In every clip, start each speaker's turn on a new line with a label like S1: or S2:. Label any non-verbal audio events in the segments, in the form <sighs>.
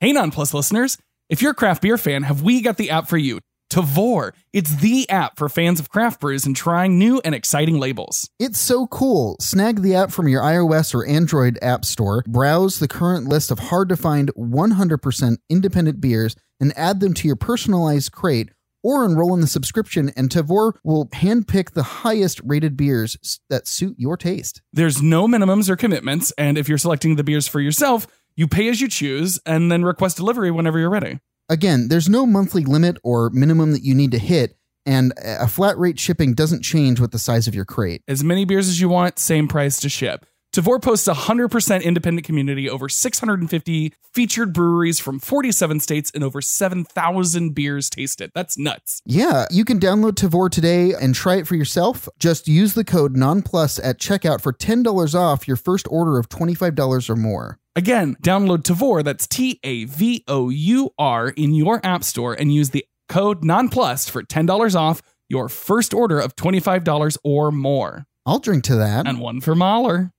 S1: Hey, Non Plus listeners, if you're a craft beer fan, have we got the app for you? Tavor. It's the app for fans of craft brews and trying new and exciting labels.
S2: It's so cool. Snag the app from your iOS or Android app store, browse the current list of hard to find 100% independent beers, and add them to your personalized crate or enroll in the subscription, and Tavor will handpick the highest rated beers s- that suit your taste.
S1: There's no minimums or commitments, and if you're selecting the beers for yourself, you pay as you choose and then request delivery whenever you're ready.
S2: Again, there's no monthly limit or minimum that you need to hit, and a flat rate shipping doesn't change with the size of your crate.
S1: As many beers as you want, same price to ship. Tavor posts a 100% independent community, over 650 featured breweries from 47 states, and over 7,000 beers tasted. That's nuts.
S2: Yeah, you can download Tavor today and try it for yourself. Just use the code NONPLUS at checkout for $10 off your first order of $25 or more.
S1: Again, download Tavor, that's T A V O U R, in your app store and use the code NONPLUS for $10 off your first order of $25 or more.
S2: I'll drink to that.
S1: And one for Mahler.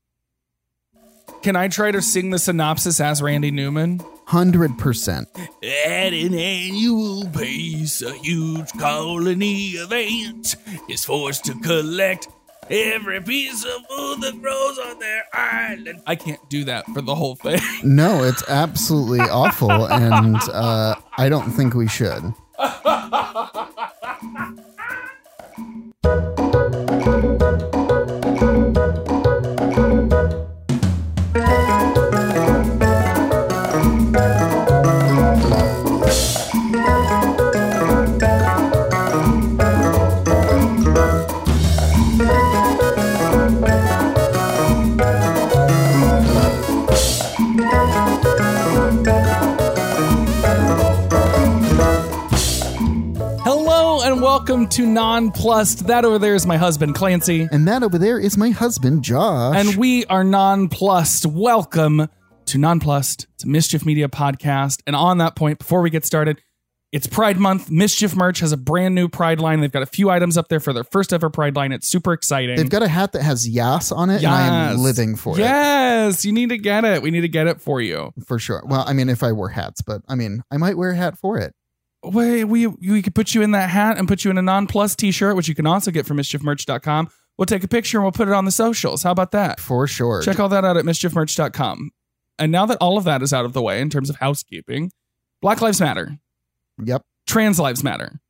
S1: Can I try to sing the synopsis as Randy Newman?
S2: 100%.
S1: At an annual pace, a huge colony of ants is forced to collect every piece of food that grows on their island. I can't do that for the whole thing. <laughs>
S2: No, it's absolutely awful, and uh, I don't think we should.
S1: Hello and welcome to Nonplussed. That over there is my husband, Clancy.
S2: And that over there is my husband, Josh.
S1: And we are Nonplussed. Welcome to Nonplussed. It's a Mischief Media podcast. And on that point, before we get started, it's Pride Month. Mischief merch has a brand new Pride line. They've got a few items up there for their first ever Pride line. It's super exciting.
S2: They've got a hat that has Yas on it, and I am
S1: Yes.
S2: living for it.
S1: Yes, you need to get it. We need to get it for you.
S2: For sure. Well, I mean, if I wore hats, but I mean, I might wear a hat for it.
S1: Wait, we we could put you in that hat and put you in a nonplus t-shirt, which you can also get from mischiefmerch.com. We'll take a picture and we'll put it on the socials. How about that?
S2: For sure.
S1: Check all that out at mischiefmerch.com. And now that all of that is out of the way in terms of housekeeping, Black Lives Matter,
S2: Yep.
S1: trans lives matter,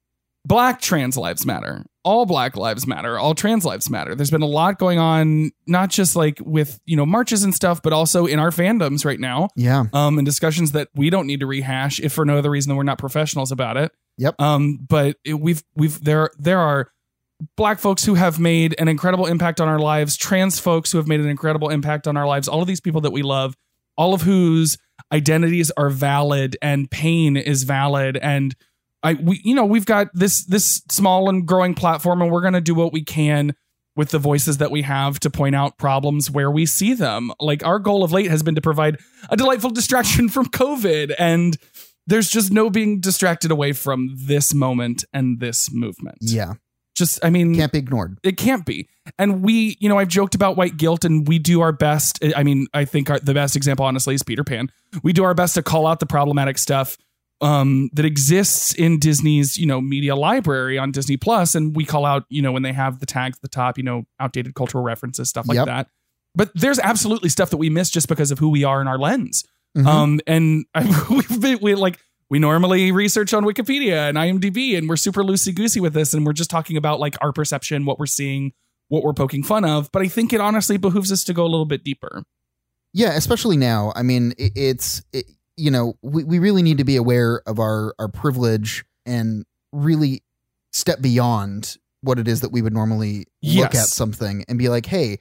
S1: black trans lives matter, all black lives matter, all trans lives matter. There's been a lot going on, not just like with, you know, marches and stuff, but also in our fandoms right now.
S2: Yeah.
S1: Um, and discussions that we don't need to rehash if for no other reason than we're not professionals about it.
S2: Yep.
S1: Um, but it, we've we've there there are black folks who have made an incredible impact on our lives, trans folks who have made an incredible impact on our lives, all of these people that we love, all of whose identities are valid and pain is valid and I we you know we've got this this small and growing platform and we're going to do what we can with the voices that we have to point out problems where we see them. Like our goal of late has been to provide a delightful distraction <laughs> from COVID and there's just no being distracted away from this moment and this movement.
S2: Yeah.
S1: Just I mean
S2: Can't be ignored.
S1: it can't be. And we, you know, I've joked about white guilt and we do our best. I mean, I think our, the best example, honestly, is Peter Pan. We do our best to call out the problematic stuff um, that exists in Disney's, you know, media library on Disney Plus, And we call out, you know, when they have the tags at the top, you know, outdated cultural references, stuff like
S2: Yep.
S1: that. But there's absolutely stuff that we miss just because of who we are in our lens.
S2: Mhm.
S1: Um, and <laughs> I, we've been, we like we normally research on Wikipedia and IMDb, and we're super loosey goosey with this, and we're just talking about like our perception, what we're seeing, what we're poking fun of. But I think it honestly behooves us to go a little bit deeper.
S2: Yeah, especially now. I mean, it, it's it, you know we, we really need to be aware of our our privilege and really step beyond what it is that we would normally look
S1: Yes.
S2: at something and be like, hey,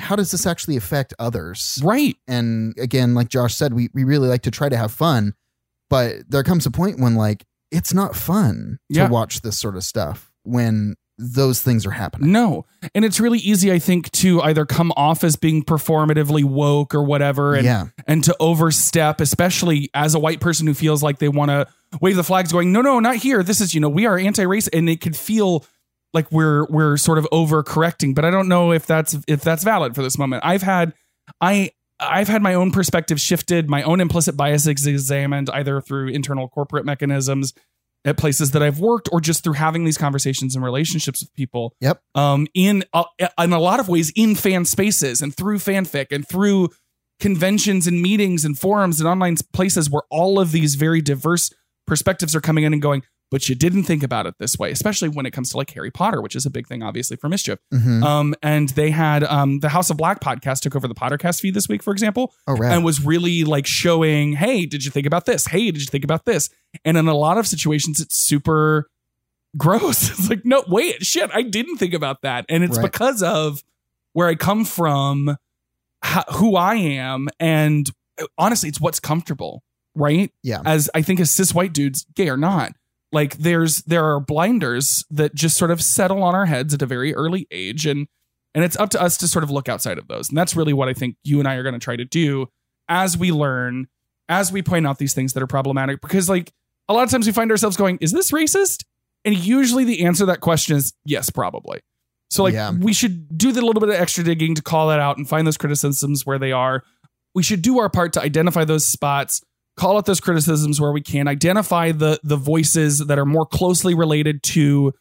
S2: how does this actually affect others?
S1: Right?
S2: And again, like Josh said, we we really like to try to have fun, but there comes a point when like it's not fun
S1: Yeah.
S2: to watch this sort of stuff when those things are happening.
S1: No, and it's really easy, I think, to either come off as being performatively woke or whatever, and
S2: Yeah,
S1: and to overstep, especially as a white person who feels like they want to wave the flags, going, "No, no, not here. This is you know we are anti-race," and it could feel like we're we're sort of overcorrecting. But I don't know if that's if that's valid for this moment. I've had I I've had my own perspective shifted, my own implicit biases examined, either through internal corporate mechanisms at places that I've worked, or just through having these conversations and relationships with people.
S2: Yep.
S1: Um. In uh, in a lot of ways, in fan spaces and through fanfic and through conventions and meetings and forums and online places where all of these very diverse perspectives are coming in and going. But you didn't think about it this way, especially when it comes to like Harry Potter, which is a big thing, obviously, for mischief.
S2: Mhm.
S1: Um, and they had um, the House of Black podcast took over the Pottercast feed this week, for example,
S2: oh, right.
S1: and was really like showing, hey, did you think about this? Hey, did you think about this? And in a lot of situations, it's super gross. <laughs> it's like, no, wait, shit, I didn't think about that, and it's
S2: Right.
S1: because of where I come from, ho- who I am, and uh, honestly, it's what's comfortable, right?
S2: Yeah.
S1: As I think as cis white dudes, gay or not, like there's there are blinders that just sort of settle on our heads at a very early age and and it's up to us to sort of look outside of those. And that's really what I think you and I are going to try to do as we learn, as we point out these things that are problematic because like a lot of times we find ourselves going, is this racist? And usually the answer to that question is yes, probably. So like
S2: Yeah.
S1: we should do the little bit of extra digging to call that out and find those criticisms where they are. We should do our part to identify those spots, call out those criticisms where we can, identify the the voices that are more closely related to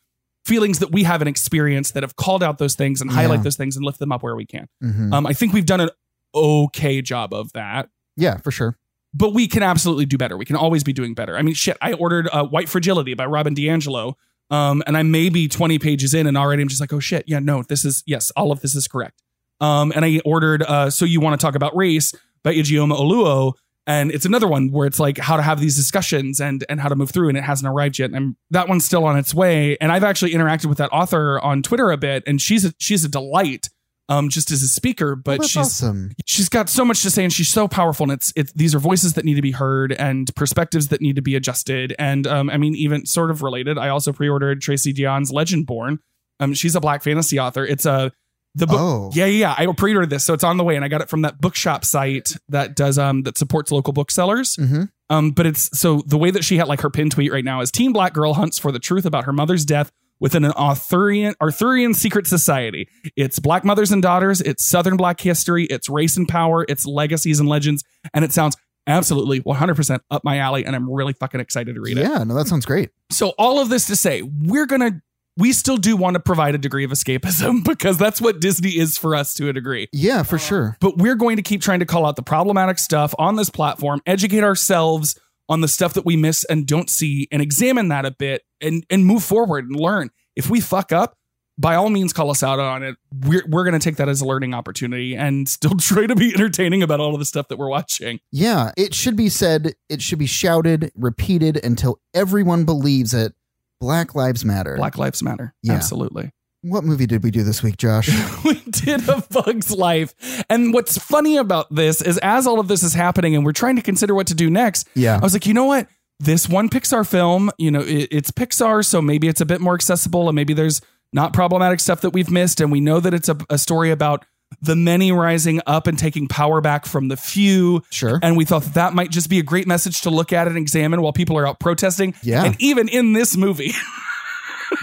S1: feelings that we haven't experienced that have called out those things and highlight
S2: Yeah.
S1: those things and lift them up where we can.
S2: Mhm.
S1: Um, I think we've done an okay job of that
S2: yeah, for sure.
S1: but we can absolutely do better. We can always be doing better. I mean, shit, I ordered uh, White Fragility by Robin DiAngelo, um, and I may be 20 pages in, and already I'm just like, oh shit, yeah, no, this is, yes, all of this is correct. Um, and I ordered uh, So You Want to Talk About Race by Igioma Oluo, and it's another one where it's like how to have these discussions and and how to move through, and it hasn't arrived yet. And I'm, that one's still on its way. And I've actually interacted with that author on Twitter a bit, and she's a, she's a delight. Um, just as a speaker, but
S2: That's
S1: she's
S2: awesome.
S1: she's got so much to say and she's so powerful and it's it's these are voices that need to be heard and perspectives that need to be adjusted and um i mean even sort of related i also pre-ordered tracy dion's legendborn um she's a black fantasy author it's a the book
S2: Oh,
S1: yeah yeah yeah. i pre-ordered this so it's on the way and i got it from that bookshop site that does um that supports local booksellers
S2: Mhm.
S1: um, but it's so the way that she had like her pin tweet right now is Teen Black Girl hunts for the truth about her mother's death within an Arthurian Arthurian secret society. It's black mothers and daughters, it's Southern black history, it's race and power, it's legacies and legends, and it sounds absolutely 100% up my alley and I'm really fucking excited to read it.
S2: Yeah, no, that sounds great.
S1: So all of this to say, we're going to we still do want to provide a degree of escapism <laughs> because that's what Disney is for us to a degree
S2: Yeah, for sure.
S1: but we're going to keep trying to call out the problematic stuff on this platform, educate ourselves on the stuff that we miss and don't see, and examine that a bit and and move forward and learn. If we fuck up, by all means, call us out on it. We're we're going to take that as a learning opportunity and still <laughs> try to be entertaining about all of the stuff that we're watching.
S2: Yeah, it should be said, it should be shouted, repeated until everyone believes it. Black Lives Matter.
S1: Black Lives Matter,
S2: Yeah.
S1: absolutely. <laughs>
S2: What movie did we do this week, Josh?
S1: we did a bug's life, and what's funny about this is as all of this is happening, and we're trying to consider what to do next.
S2: yeah.
S1: I was like, you know what? This one Pixar film, you know, it, it's Pixar, so maybe it's a bit more accessible, and maybe there's not problematic stuff that we've missed. And we know that it's a, a story about the many rising up and taking power back from the few.
S2: Sure.
S1: And we thought that, that might just be a great message to look at and examine while people are out protesting.
S2: Yeah.
S1: And even in this movie,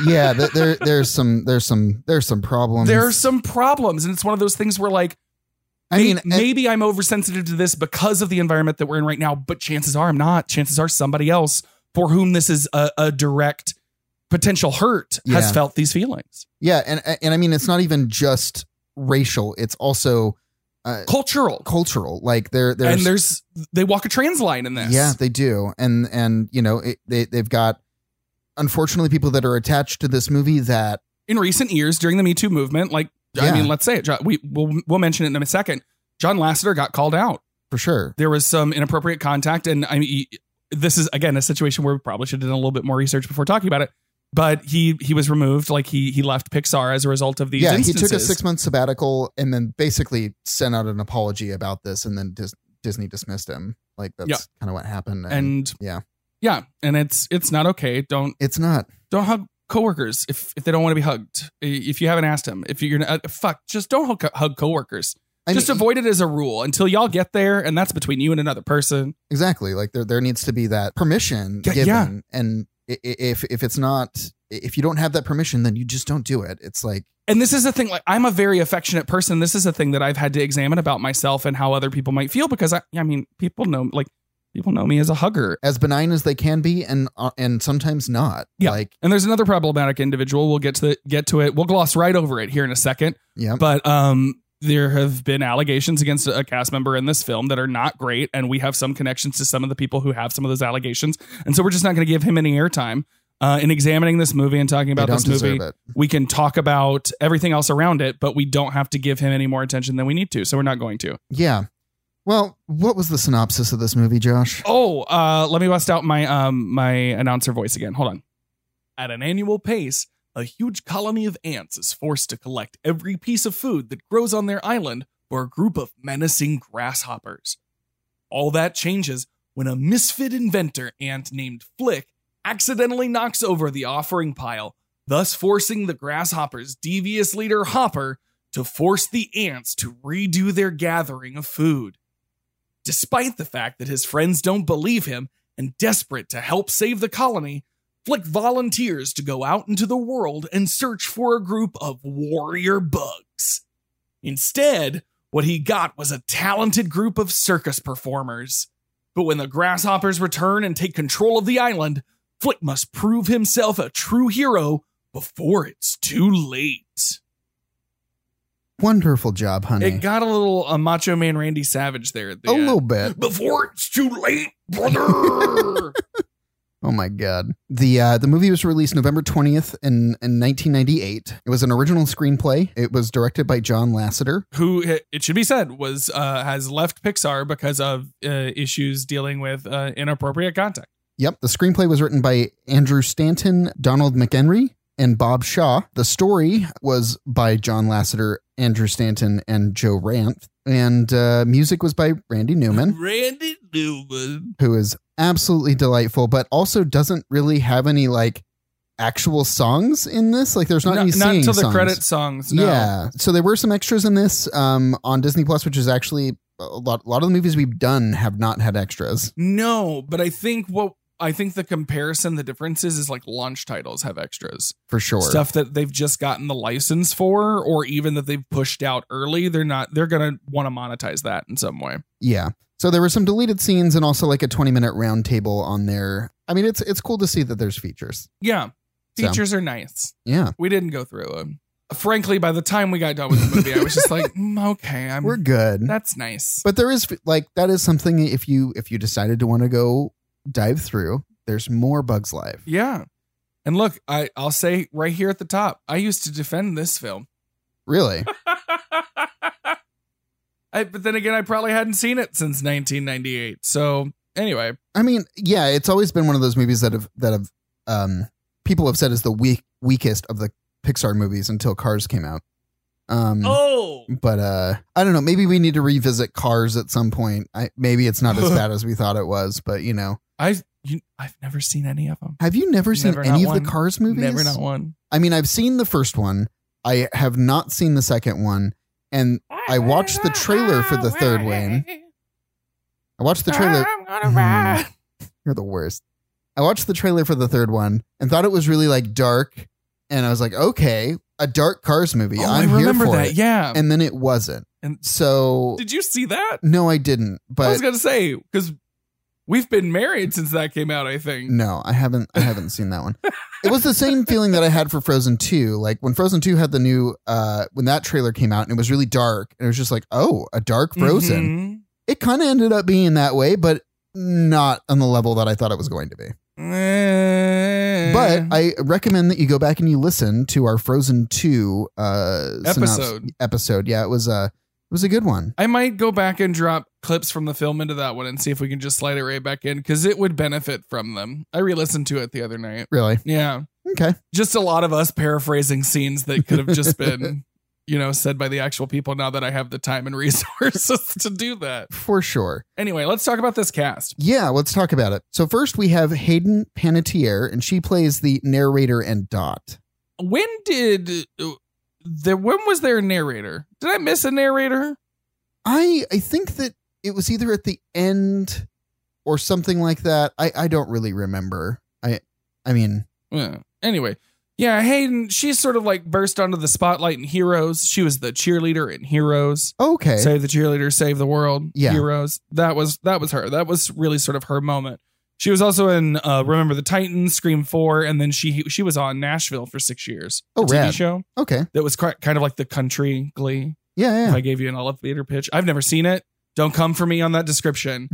S2: yeah, th- there there's some there's some there's some problems.
S1: there are some problems. And it's one of those things where, like,
S2: I mean, eh, and-
S1: maybe I'm oversensitive to this because of the environment that we're in right now, but chances are I'm not. Chances are somebody else for whom this is a, a direct potential hurt has
S2: Yeah.
S1: felt these feelings.
S2: yeah, and and I mean it's not even just racial, it's also uh,
S1: Cultural.
S2: cultural. Like there there's
S1: and there's they walk a trans line in this.
S2: Yeah, they do, and and you know it, they they've got unfortunately people that are attached to this movie that
S1: In recent years during the Me Too movement, like I
S2: Yeah.
S1: mean, let's say it. Jo- We we'll, we'll mention it in a second. John Lasseter got called out.
S2: for sure.
S1: There was some inappropriate contact, and I mean, this is again a situation where we probably should have done a little bit more research before talking about it. But he he was removed, like he he left Pixar as a result of these.
S2: yeah,
S1: instances.
S2: he took a six month sabbatical and then basically sent out an apology about this, and then Dis- Disney dismissed him. Like that's
S1: Yeah.
S2: kind of what happened. And,
S1: and
S2: yeah.
S1: yeah and it's it's not okay don't
S2: it's not.
S1: don't hug coworkers if if they don't want to be hugged I- if you haven't asked them if you're uh, fuck just don't hug, hug coworkers
S2: I
S1: just
S2: mean,
S1: avoid it as a rule until y'all get there and that's between you and another person
S2: exactly. Like there there needs to be that permission
S1: Yeah,
S2: given,
S1: yeah.
S2: and i- i- if if it's not if you don't have that permission, then you just don't do it. It's like,
S1: and this is the thing like i'm a very affectionate person this is a thing that i've had to examine about myself and how other people might feel because i i mean people know like people know me as a hugger
S2: as benign as they can be and uh, and sometimes not
S1: Yeah.
S2: like
S1: and there's another problematic individual we'll get to get to it we'll gloss right over it here in a second
S2: yeah
S1: but um there have been allegations against a cast member in this film that are not great and we have some connections to some of the people who have some of those allegations and so we're just not going to give him any airtime uh, in examining this movie and talking
S2: they
S1: about
S2: don't
S1: this
S2: deserve
S1: movie
S2: it
S1: we can talk about everything else around it, but we don't have to give him any more attention than we need to. So we're not going to.
S2: yeah well what was the synopsis of this movie josh
S1: Oh, uh, let me bust out my um my announcer voice again. Hold on. At an annual pace, a huge colony of ants is forced to collect every piece of food that grows on their island for a group of menacing grasshoppers. All that changes when a misfit inventor ant named Flick accidentally knocks over the offering pile, thus forcing the grasshopper's devious leader Hopper to force the ants to redo their gathering of food despite the fact that his friends don't believe him and desperate to help save the colony flick volunteers to go out into the world and search for a group of warrior bugs instead what he got was a talented group of circus performers but when the grasshoppers return and take control of the island flick must prove himself a true hero before it's too late
S2: wonderful job honey
S1: it got a little uh, macho man randy savage there at the
S2: a
S1: end.
S2: little bit
S1: before it's too late, brother.
S2: Oh my god. The uh, the movie was released November 20th in, in 1998. It was an original screenplay. It was directed by John Lasseter.
S1: <laughs> Who it should be said was uh, has left Pixar because of uh, issues dealing with uh, inappropriate content.
S2: Yep, the screenplay was written by Andrew Stanton, Donald McHenry, and Bob Shaw. The story was by John Lasseter, Andrew Stanton, and Joe Ranth. And uh, music was by Randy Newman,
S1: Randy Newman.
S2: who is absolutely delightful, but also doesn't really have any like actual songs in this. Like there's not
S1: No-
S2: any
S1: not
S2: singing
S1: until the
S2: songs.
S1: credit songs. No.
S2: Yeah. So there were some extras in this um, on Disney Plus, which is actually a lot. A lot of the movies we've done have not had extras.
S1: No, but I think what I think the comparison, the difference is, is like launch titles have extras.
S2: For sure.
S1: Stuff that they've just gotten the license for, or even that they've pushed out early. They're not. They're gonna want to monetize that in some way.
S2: Yeah. So there were some deleted scenes and also like a twenty-minute roundtable on there. I mean, it's it's cool to see that there's features.
S1: Yeah,
S2: So.
S1: features are nice.
S2: Yeah,
S1: We didn't go through them. Frankly, by the time we got done with the movie, I was just
S2: <laughs>
S1: like, mm, okay, I'm
S2: we're good.
S1: that's nice.
S2: But there is like that is something if you if you decided to want to go dive through. There's more Bugs Live.
S1: Yeah. And look, I, I'll say right here at the top, I used to defend this film.
S2: <laughs> Really?
S1: I, but then again, I probably hadn't seen it since 1998. So anyway,
S2: I mean, yeah, it's always been one of those movies that have that have um, people have said is the weak weakest of the Pixar movies until Cars came out. Um,
S1: oh,
S2: But uh, I don't know. Maybe we need to revisit Cars at some point. I, maybe it's not
S1: <laughs>
S2: as bad as we thought it was. But you know,
S1: I you, I've never seen any of them.
S2: have you never seen
S1: Never
S2: any of
S1: not
S2: the
S1: one.
S2: Cars movies?
S1: Never not one.
S2: I mean, I've seen the first one. I have not seen the second one, and I watched the trailer for the third one. I watched
S1: <laughs>
S2: the trailer.
S1: I'm
S2: Hmm. You're the worst. I watched the trailer for the third one and thought it was really like dark, and I was like, okay, a dark Cars movie.
S1: Oh, I
S2: I'm
S1: remember
S2: here for
S1: that.
S2: it.
S1: Yeah.
S2: And then it wasn't.
S1: And-
S2: so
S1: Did you see that?
S2: no, I didn't.
S1: I
S2: But
S1: was gonna say because we've been married since that came out. I think.
S2: no, I haven't.
S1: <laughs>
S2: I haven't seen that one. It was the same feeling that I had for Frozen Two. Like when Frozen Two had the new, uh, when that trailer came out and it was really dark, and it was just like, oh, a dark
S1: Mm-hmm.
S2: Frozen. It kind of ended up being that way, but not on the level that I thought it was going to be.
S1: Mm-hmm. Mhm.
S2: But I recommend that you go back and you listen to our Frozen Two uh, synops-
S1: Episode.
S2: Episode, yeah, it was a it was a good one.
S1: I might go back and drop clips from the film into that one and see if we can just slide it right back in because it would benefit from them. I re-listened to it the other night.
S2: Really,
S1: Yeah,
S2: okay,
S1: just a lot of us paraphrasing scenes that could have just
S2: <laughs>
S1: been. You know, said by the actual people now that I have the time and <laughs> resources to do that.
S2: for sure.
S1: Anyway, let's talk about this cast.
S2: Yeah, let's talk about it. So first we have Hayden Panettiere, and she plays the narrator and Dot.
S1: When did the when was there a narrator? Did I miss a narrator?
S2: I I think that it was either at the end or something like that. I I don't really remember. I I mean,
S1: Yeah. Anyway, Yeah, Hayden, she sort of like burst onto the spotlight in Heroes. She was the cheerleader in Heroes.
S2: Okay.
S1: Save the cheerleader, save the world.
S2: Yeah.
S1: Heroes. That was that was her. That was really sort of her moment. She was also in uh, Remember the Titans, Scream Four, and then she she was on Nashville for six years.
S2: oh,
S1: TV
S2: rad.
S1: show
S2: Okay.
S1: that was quite, kind of like the country Glee. If
S2: Yeah, yeah.
S1: I gave you an elevator pitch, I've never seen it. Don't come for me on that description.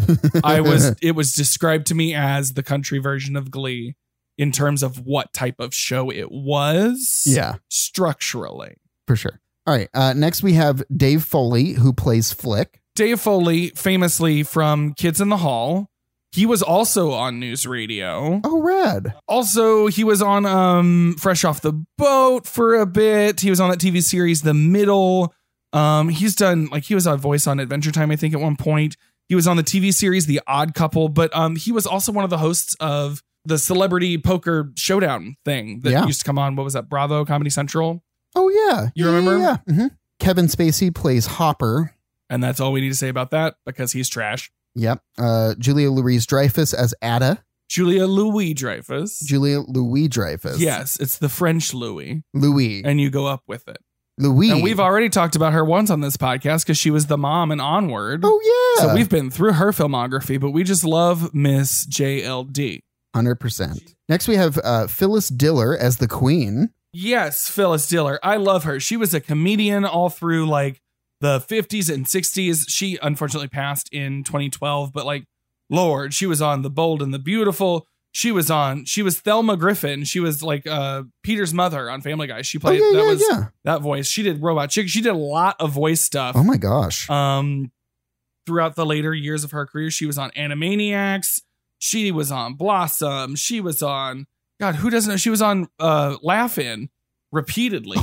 S1: I was it was described to me as the country version of Glee in terms of what type of show it was
S2: yeah, <laughs>
S1: structurally.
S2: for sure. All right. Uh, next, we have Dave Foley, who plays Flick.
S1: Dave Foley, famously from Kids in the Hall, he was also on news radio.
S2: Oh, rad.
S1: Also, he was on um Fresh Off the Boat for a bit. He was on that TV series The Middle. Um he's done like he was a voice on Adventure Time I think at one point. He was on the TV series The Odd Couple, but um he was also one of the hosts of the celebrity poker showdown thing that
S2: Yeah.
S1: used to come on what was that Bravo Comedy Central?
S2: Oh, yeah.
S1: You
S2: Yeah,
S1: remember?
S2: Yeah. yeah. Mhm. Kevin Spacey plays Hopper.
S1: And that's all we need to say about that because he's trash.
S2: Yep. Uh, Julia Louise Dreyfus as Ada.
S1: Julia Louis Dreyfus.
S2: Julia Louis Dreyfus.
S1: Yes, it's the French Louis
S2: Louis.
S1: and you go up with it.
S2: Louis.
S1: And we've already talked about her once on this podcast cuz she was the mom in Onward.
S2: Oh, yeah.
S1: So we've been through her filmography, but we just love Miss JLD.
S2: 100%. Next, we have uh, Phyllis Diller as the Queen. Oh,
S1: Yes, Phyllis Diller. I love her. She was a comedian all through like the 50s and 60s. She unfortunately passed in 2012, but like, Lord, she was on The Bold and the Beautiful. She was on, she was Thelma Griffin. She was like uh, Peter's mother on Family Guy. She
S2: Oh,
S1: played,
S2: yeah,
S1: that
S2: yeah,
S1: was
S2: yeah.
S1: that voice. She did Robot Chick. She did a lot of voice stuff.
S2: Oh, my gosh. <laughs>
S1: um throughout the later years of her career she was on animaniacs she was on blossom she was on god who doesn't know she was on uh laugh-in
S2: <laughs>
S1: repeatedly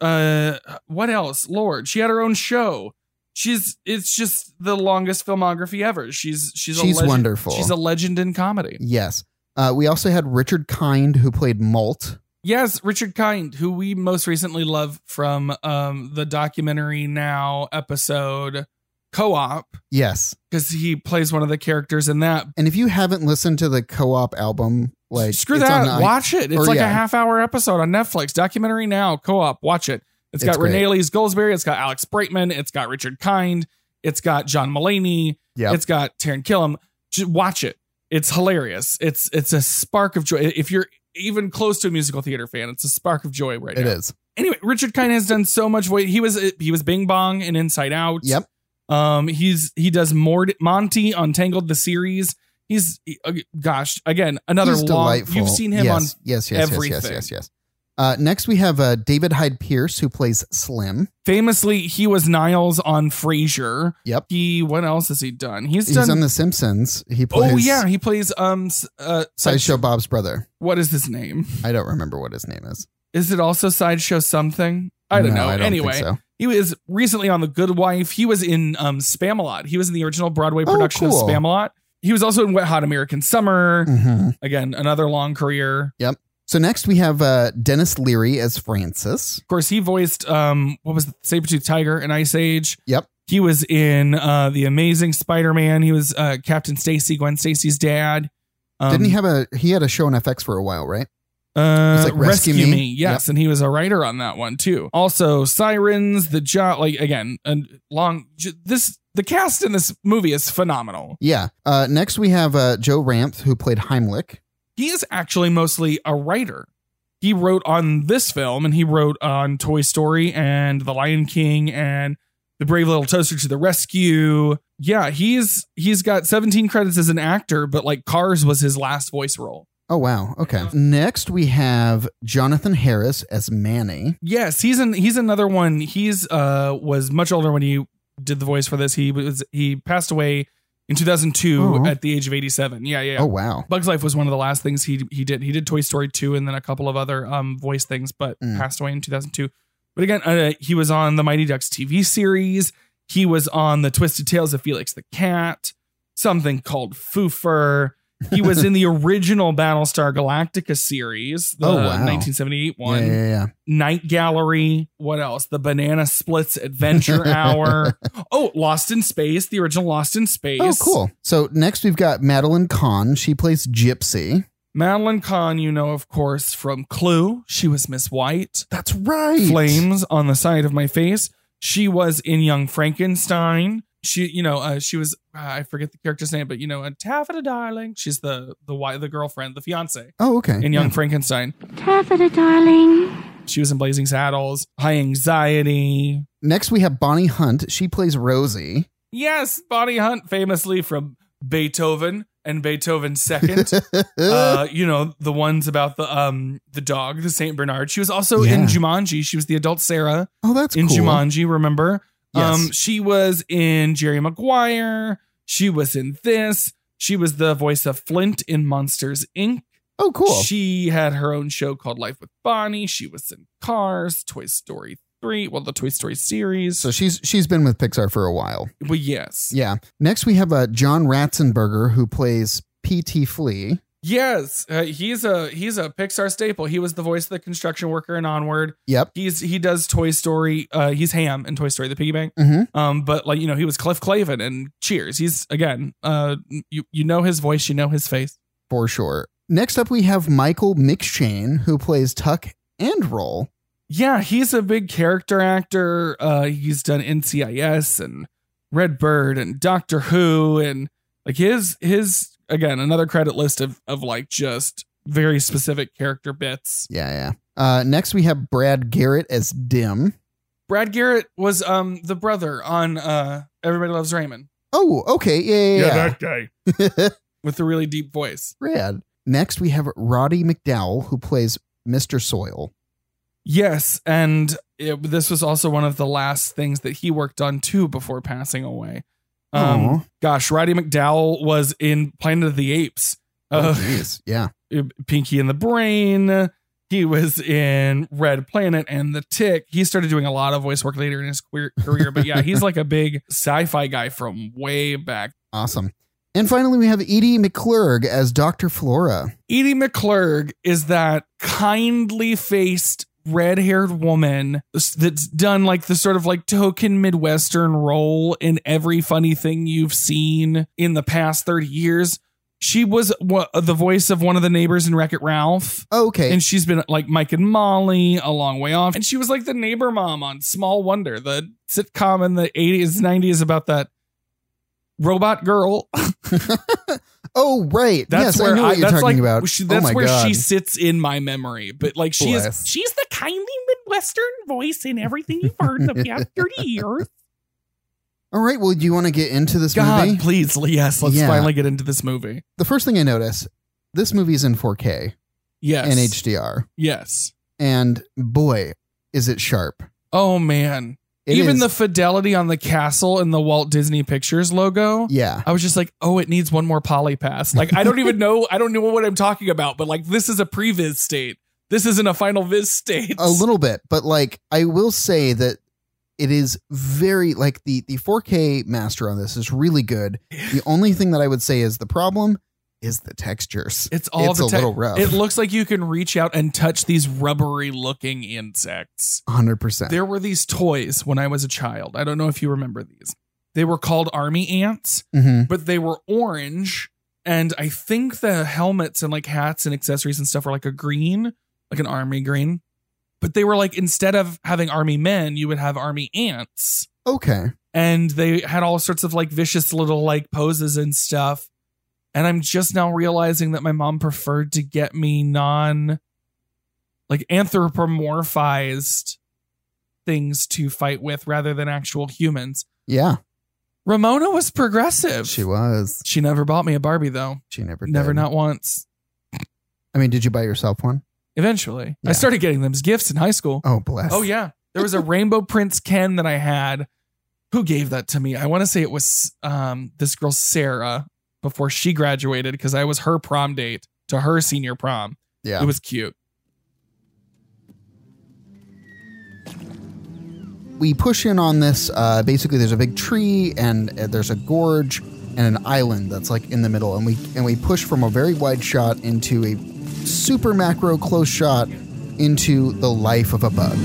S1: uh what else lord she had her own show she's it's just the longest filmography ever she's she's a
S2: She's
S1: legend-
S2: wonderful.
S1: she's a legend in comedy
S2: yes. Uh, we also had Richard Kind, who played Malt.
S1: yes richard kind who we most recently love from um the documentary now episode co-op
S2: Yes.
S1: because he plays one of the characters in that.
S2: And if you haven't listened to the co op album, like,
S1: Screw
S2: it's
S1: that.
S2: on-
S1: watch it. It's
S2: or
S1: like
S2: yeah.
S1: a half hour episode on Netflix. Documentary now, co op. Watch it. It's
S2: It's
S1: got
S2: great.
S1: Renee Lees Goldsberry. It's got Alex Brightman. It's got Richard Kind. It's got John Mullaney.
S2: Yep.
S1: It's got Taryn Killam. Just watch it. It's hilarious. It's it's a spark of joy. If you're even close to a musical theater fan, it's a spark of joy right
S2: It
S1: now.
S2: is.
S1: Anyway, Richard Kind has done so much. Voice. He was he was Bing Bong in Inside Out.
S2: Yep.
S1: Um, he's he does Mord- Monty on Tangled the series. He's uh, gosh again another
S2: He's
S1: long.
S2: delightful.
S1: You've seen him
S2: yes, on yes, yes, Yes, yes,
S1: everything.
S2: yes, yes. Uh, next, we have uh, David Hyde Pierce, who plays Slim.
S1: on famously he was Niles on Frasier.
S2: Yep.
S1: He what else has he done? He's,
S2: He's
S1: done.
S2: on The Simpsons. He plays
S1: oh yeah, he plays um s- uh
S2: Sideshow Bob's brother.
S1: What is his name?
S2: I don't remember what his name is.
S1: Is it also sideshow something? I don't
S2: No,
S1: know.
S2: I don't
S1: anyway,
S2: think so.
S1: he was recently on The Good Wife. He was in um Spamalot. He was in the original Broadway
S2: Oh,
S1: production
S2: cool.
S1: of Spamalot. He was also in Wet Hot American Summer.
S2: Mhm.
S1: Again, another long career.
S2: So next we have uh, Dennis Leary as Francis.
S1: Of course, he voiced um what was the Sabretooth Tiger in Ice Age.
S2: Yep.
S1: He was in uh The Amazing Spider-Man. He was uh Captain Stacy, Gwen Stacy's dad. Um,
S2: Didn't he have a he had a show on FX for a while, right?
S1: uh,
S2: It's like
S1: Rescue,
S2: Rescue
S1: Me?
S2: Me.
S1: Yes, and he was a writer on that one too. Also, Sirens, The Job, like again, and long j- this the cast in this movie is phenomenal.
S2: Yeah. Uh, next we have uh, Joe Ramp, who played Heimlich.
S1: He is actually mostly a writer. He wrote on this film and he wrote on Toy Story and The Lion King and The Brave Little Toaster to the Rescue. Yeah, he's he's got 17 credits as an actor, but like Cars was his last voice role.
S2: Oh wow. Okay. Next we have Jonathan Harris as Manny.
S1: Yes, he's an he's another one. He's uh was much older when he did the voice for this. He was he passed away in 2002
S2: Oh.
S1: at the age of 87. Yeah, yeah. yeah.
S2: Oh wow.
S1: Bugs Life was one of the last things he he did. He did Toy Story 2 and then a couple of other um voice things, but
S2: Mm.
S1: passed away in 2002. But again, uh, he was on the Mighty Ducks TV series. He was on the Twisted Tales of Felix the Cat, something called Foofer. He was
S2: <laughs>
S1: in the original Battlestar Galactica series, the
S2: Oh, wow.
S1: 1978 one.
S2: Yeah, yeah, yeah.
S1: Night Gallery. What else? The Banana Splits
S2: <laughs>
S1: Adventure Hour. Oh, Lost in Space, the original Lost in Space.
S2: Oh, cool. So next we've got Madeline Kahn. She plays Gypsy.
S1: Madeline Kahn, you know, of course, from Clue. She was Miss White.
S2: That's right.
S1: Flames on the side of my face. She was in Young Frankenstein. She, you know, uh, she was uh, I forget the character's name, but you know, uh, Taffeta darling. She's the the wife, the girlfriend, the fiance
S2: Oh, okay.
S1: in Young Frankenstein.
S3: Taffeta, darling.
S1: She was in Blazing Saddles, High Anxiety.
S2: Next, we have Bonnie Hunt. She plays Rosie.
S1: Yes, Bonnie Hunt, famously from Beethoven and Beethoven Second.
S2: <laughs>
S1: uh, you know the ones about the um the dog, the Saint Bernard. She was also in
S2: Yeah.
S1: Jumanji. She was the adult Sarah
S2: oh, that's
S1: in
S2: cool.
S1: Jumanji. Remember?
S2: Yes.
S1: Um, she was in Jerry Maguire. She was in this. She was the voice of Flint in Monsters Inc.
S2: Oh, cool.
S1: She had her own show called Life with Bonnie. She was in Cars, Toy Story Three, well, the Toy Story series.
S2: so she's she's been with Pixar for a while.
S1: well, yes,
S2: Yeah. Next, we have uh, John Ratzenberger, who plays P.T. Flea.
S1: yes, uh, he's a he's a Pixar staple. He was the voice of the construction worker in Onward.
S2: Yep.
S1: He's he does Toy Story. Uh, he's Ham in Toy Story: The Piggy Bank.
S2: Mhm.
S1: Um, but like you know, he was Cliff Clavin in Cheers. He's again, uh, you you know his voice, you know his face.
S2: For sure. Next up, we have Michael McShane, who plays Tuck and Roll.
S1: Yeah, he's a big character actor. Uh, he's done NCIS and Red Bird and Doctor Who and like his his again another credit list of of like just very specific character bits.
S2: Yeah, yeah. Uh, next, we have Brad Garrett as Dim.
S1: Brad Garrett was um the brother on uh Everybody Loves Raymond.
S2: Oh, okay. Yeah, yeah,
S1: guy
S2: yeah.
S1: with the really deep voice.
S2: Brad. Next, we have Roddy McDowell, who plays Mr. Soil.
S1: Yes, and it, this was also one of the last things that he worked on too before passing away. Um,
S2: Aw.
S1: gosh, Roddy McDowell was in Planet of the Apes,
S2: Oh,
S1: uh,
S2: jeez. Yeah.
S1: Pinky and the Brain. He was in Red Planet and The Tick. He started doing a lot of voice work later in his queer career, but yeah,
S2: <laughs>
S1: he's like a big sci-fi guy from way back.
S2: Awesome. And finally, we have Edie McClurg as Dr. Flora.
S1: Edie McClurg is that kindly faced red haired woman that's done like the sort of like token Midwestern role in every funny thing you've seen in the past 30 years. She was wa- the voice of one of the neighbors in Wreck It Ralph.
S2: Okay.
S1: And she's been like Mike and Molly a long way off. And she was like the neighbor mom on Small Wonder, the sitcom in the 80s, 90s about that robot girl
S2: oh, right.
S1: that's
S2: yes,
S1: where
S2: I know what
S1: I-
S2: you're
S1: that's
S2: talking
S1: like,
S2: about.
S1: She,
S2: Oh
S1: that's
S2: my
S1: where
S2: God.
S1: she sits in my memory. But like she
S2: Bless.
S1: is, she's the kindly Midwestern voice in everything you've heard in
S2: <laughs>
S1: the past thirty years.
S2: All right. Well, do you want to get into this
S1: God,
S2: movie?
S1: please, yes, let's
S2: Yeah.
S1: finally get into this movie.
S2: The first thing I notice this movie is in 4K
S1: Yes,
S2: and HDR.
S1: yes.
S2: And boy, is it sharp.
S1: Oh man,
S2: It
S1: even
S2: is-
S1: the fidelity on the castle and the Walt Disney Pictures logo.
S2: Yeah.
S1: I was just like, oh, it needs one more polypass. Like, I don't
S2: <laughs>
S1: even know, I don't know what I'm talking about, but like, this is a previs state. This isn't a final viz state.
S2: a little bit but like i will say that it is very like the the 4k master on this is really good the only thing that i would say is the problem is the textures
S1: It's all
S2: It's
S1: the
S2: a
S1: te-
S2: little rough.
S1: It looks like you can reach out and touch these rubbery looking insects.
S2: 100%
S1: There were these toys when I was a child. I don't know if you remember these. They were called army ants,
S2: Mhm.
S1: but they were orange. And I think the helmets and like hats and accessories and stuff were like a green, like an army green. But they were like, instead of having army men, you would have army ants
S2: okay
S1: and they had all sorts of like vicious little like poses and stuff. And I'm just now realizing that my mom preferred to get me non like anthropomorphized things to fight with rather than actual humans.
S2: yeah
S1: Ramona was progressive.
S2: she was
S1: She never bought me a Barbie though.
S2: she never did.
S1: Never not once.
S2: i mean did you buy yourself one?
S1: Eventually,
S2: Yeah.
S1: I started getting them as gifts in high school.
S2: Oh, bless
S1: Oh yeah, there was a Rainbow Prince Ken that I had. Who gave that to me? I want to say it was um, this girl Sarah before she graduated because I was her prom date to her senior prom.
S2: yeah
S1: It was cute.
S2: we push in on this uh basically there's a big tree and uh, there's a gorge and an island that's like in the middle and we and we push from a very wide shot into a super macro close shot into the life of a bug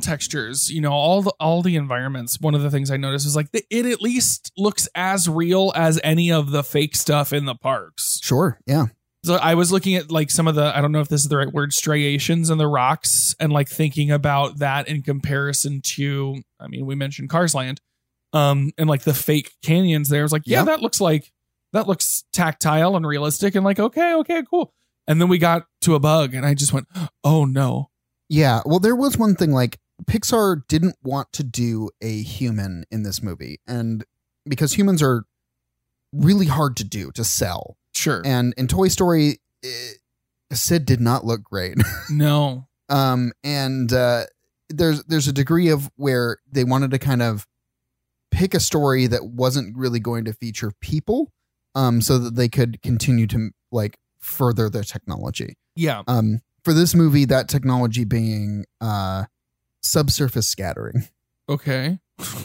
S1: textures, you know, all the all the environments. One of the things I noticed was like the, it at least looks as real as any of the fake stuff in the parks.
S2: Sure. Yeah.
S1: So I was looking at like some of the I don't know if this is the right word striations in the rocks and like thinking about that in comparison to I mean we mentioned Cars Land, um and like the fake canyons there. I was like yeah
S2: Yeah.
S1: that looks like that looks tactile and realistic and like okay okay cool. And then we got to a bug and I just went oh no
S2: Yeah. Well, there was one thing like Pixar didn't want to do a human in this movie. And because humans are really hard to do, to sell.
S1: sure
S2: And in Toy Story, eh, Sid did not look great.
S1: no
S2: um, and uh, there's there's a degree of where they wanted to kind of pick a story that wasn't really going to feature people, um, so that they could continue to like further their technology.
S1: yeah
S2: Um, for this movie, that technology being uh, subsurface scattering. <laughs>
S1: okay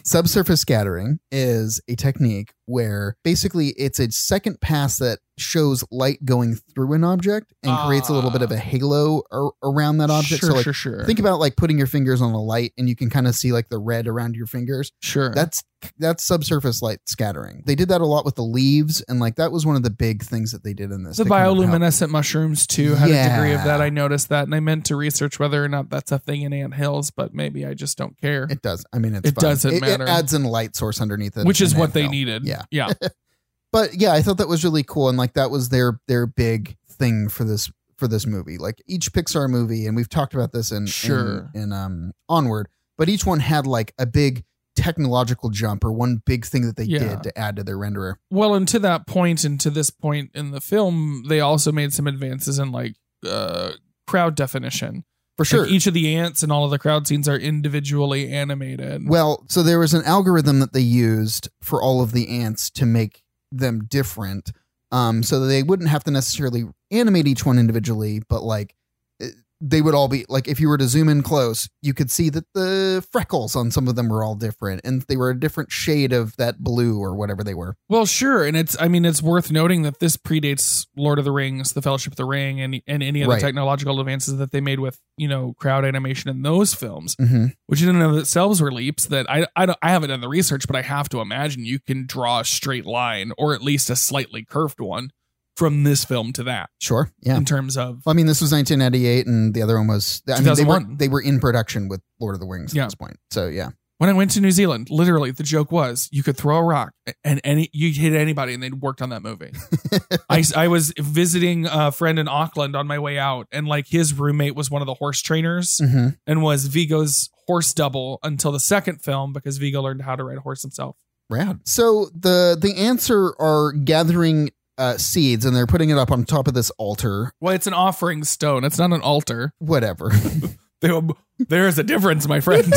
S2: Subsurface scattering is a technique where basically it's a second pass that shows light going through an object and creates a little bit of a halo ar- around that object.
S1: sure
S2: so like
S1: sure sure
S2: think about like putting your fingers on a light and you can kind of see like the red around your fingers
S1: sure
S2: that's that's subsurface light scattering they did that a lot with the leaves and like that was one of the big things that they did in this
S1: the
S2: to kind of help-
S1: bioluminescent mushrooms too had a degree of that.
S2: Yeah.
S1: I noticed that, and I meant to research whether or not that's a thing in ant hills, but maybe I just don't care.
S2: it does i mean it's
S1: It
S2: fine.
S1: doesn't
S2: it,
S1: matter.
S2: it adds in a light source underneath it
S1: Which is
S2: and
S1: what
S2: it
S1: they
S2: helps.
S1: needed.
S2: yeah <laughs>
S1: yeah,
S2: but yeah i thought that was really cool and like that was their their big thing for this for this movie like each pixar movie and we've talked about this in in-
S1: Sure.
S2: in, um onward but each one had like a big technological jump or one big thing that they
S1: Yeah.
S2: did to add to their renderer
S1: Well, and to that point, and to this point in the film, they also made some advances in like uh, crowd definition.
S2: for
S1: Like,
S2: sure
S1: each of the ants and all of the crowd scenes are individually animated.
S2: Well, so there was an algorithm that they used for all of the ants to make them different, um, so that they wouldn't have to necessarily animate each one individually, but like eh, they would all be like if you were to zoom in close, you could see that the freckles on some of them were all different, and they were a different shade of that blue or whatever they were.
S1: Well, sure, and it's I mean it's worth noting that this predates Lord of the Rings, The Fellowship of the Ring, and and any other
S2: Right.
S1: technological advances that they made with you know crowd animation in those films,
S2: Mm-hmm.
S1: which in and of themselves were leaps that I I don't I haven't done the research, but I have to imagine you can draw a straight line or at least a slightly curved one from this film to that
S2: Sure. Yeah.
S1: in terms of
S2: Well, I mean, this was 1998, and the other one was I mean, they were
S1: 2001.
S2: they were in production with Lord of the Rings at
S1: Yeah.
S2: this point. So yeah,
S1: when I went to New Zealand. Literally, the joke was you could throw a rock and any you hit anybody, and they worked on that movie. I, I was visiting a friend in Auckland on my way out, and like his roommate was one of the horse trainers
S2: hmm
S1: and was Vigo's horse double until the second film because Vigo learned how to ride a horse himself.
S2: Rad. So the the answer are gathering uh, seeds and they're putting it up on top of this altar.
S1: Well, it's an offering stone, it's not an altar.
S2: Whatever, <laughs>
S1: They- There is a difference, my friend.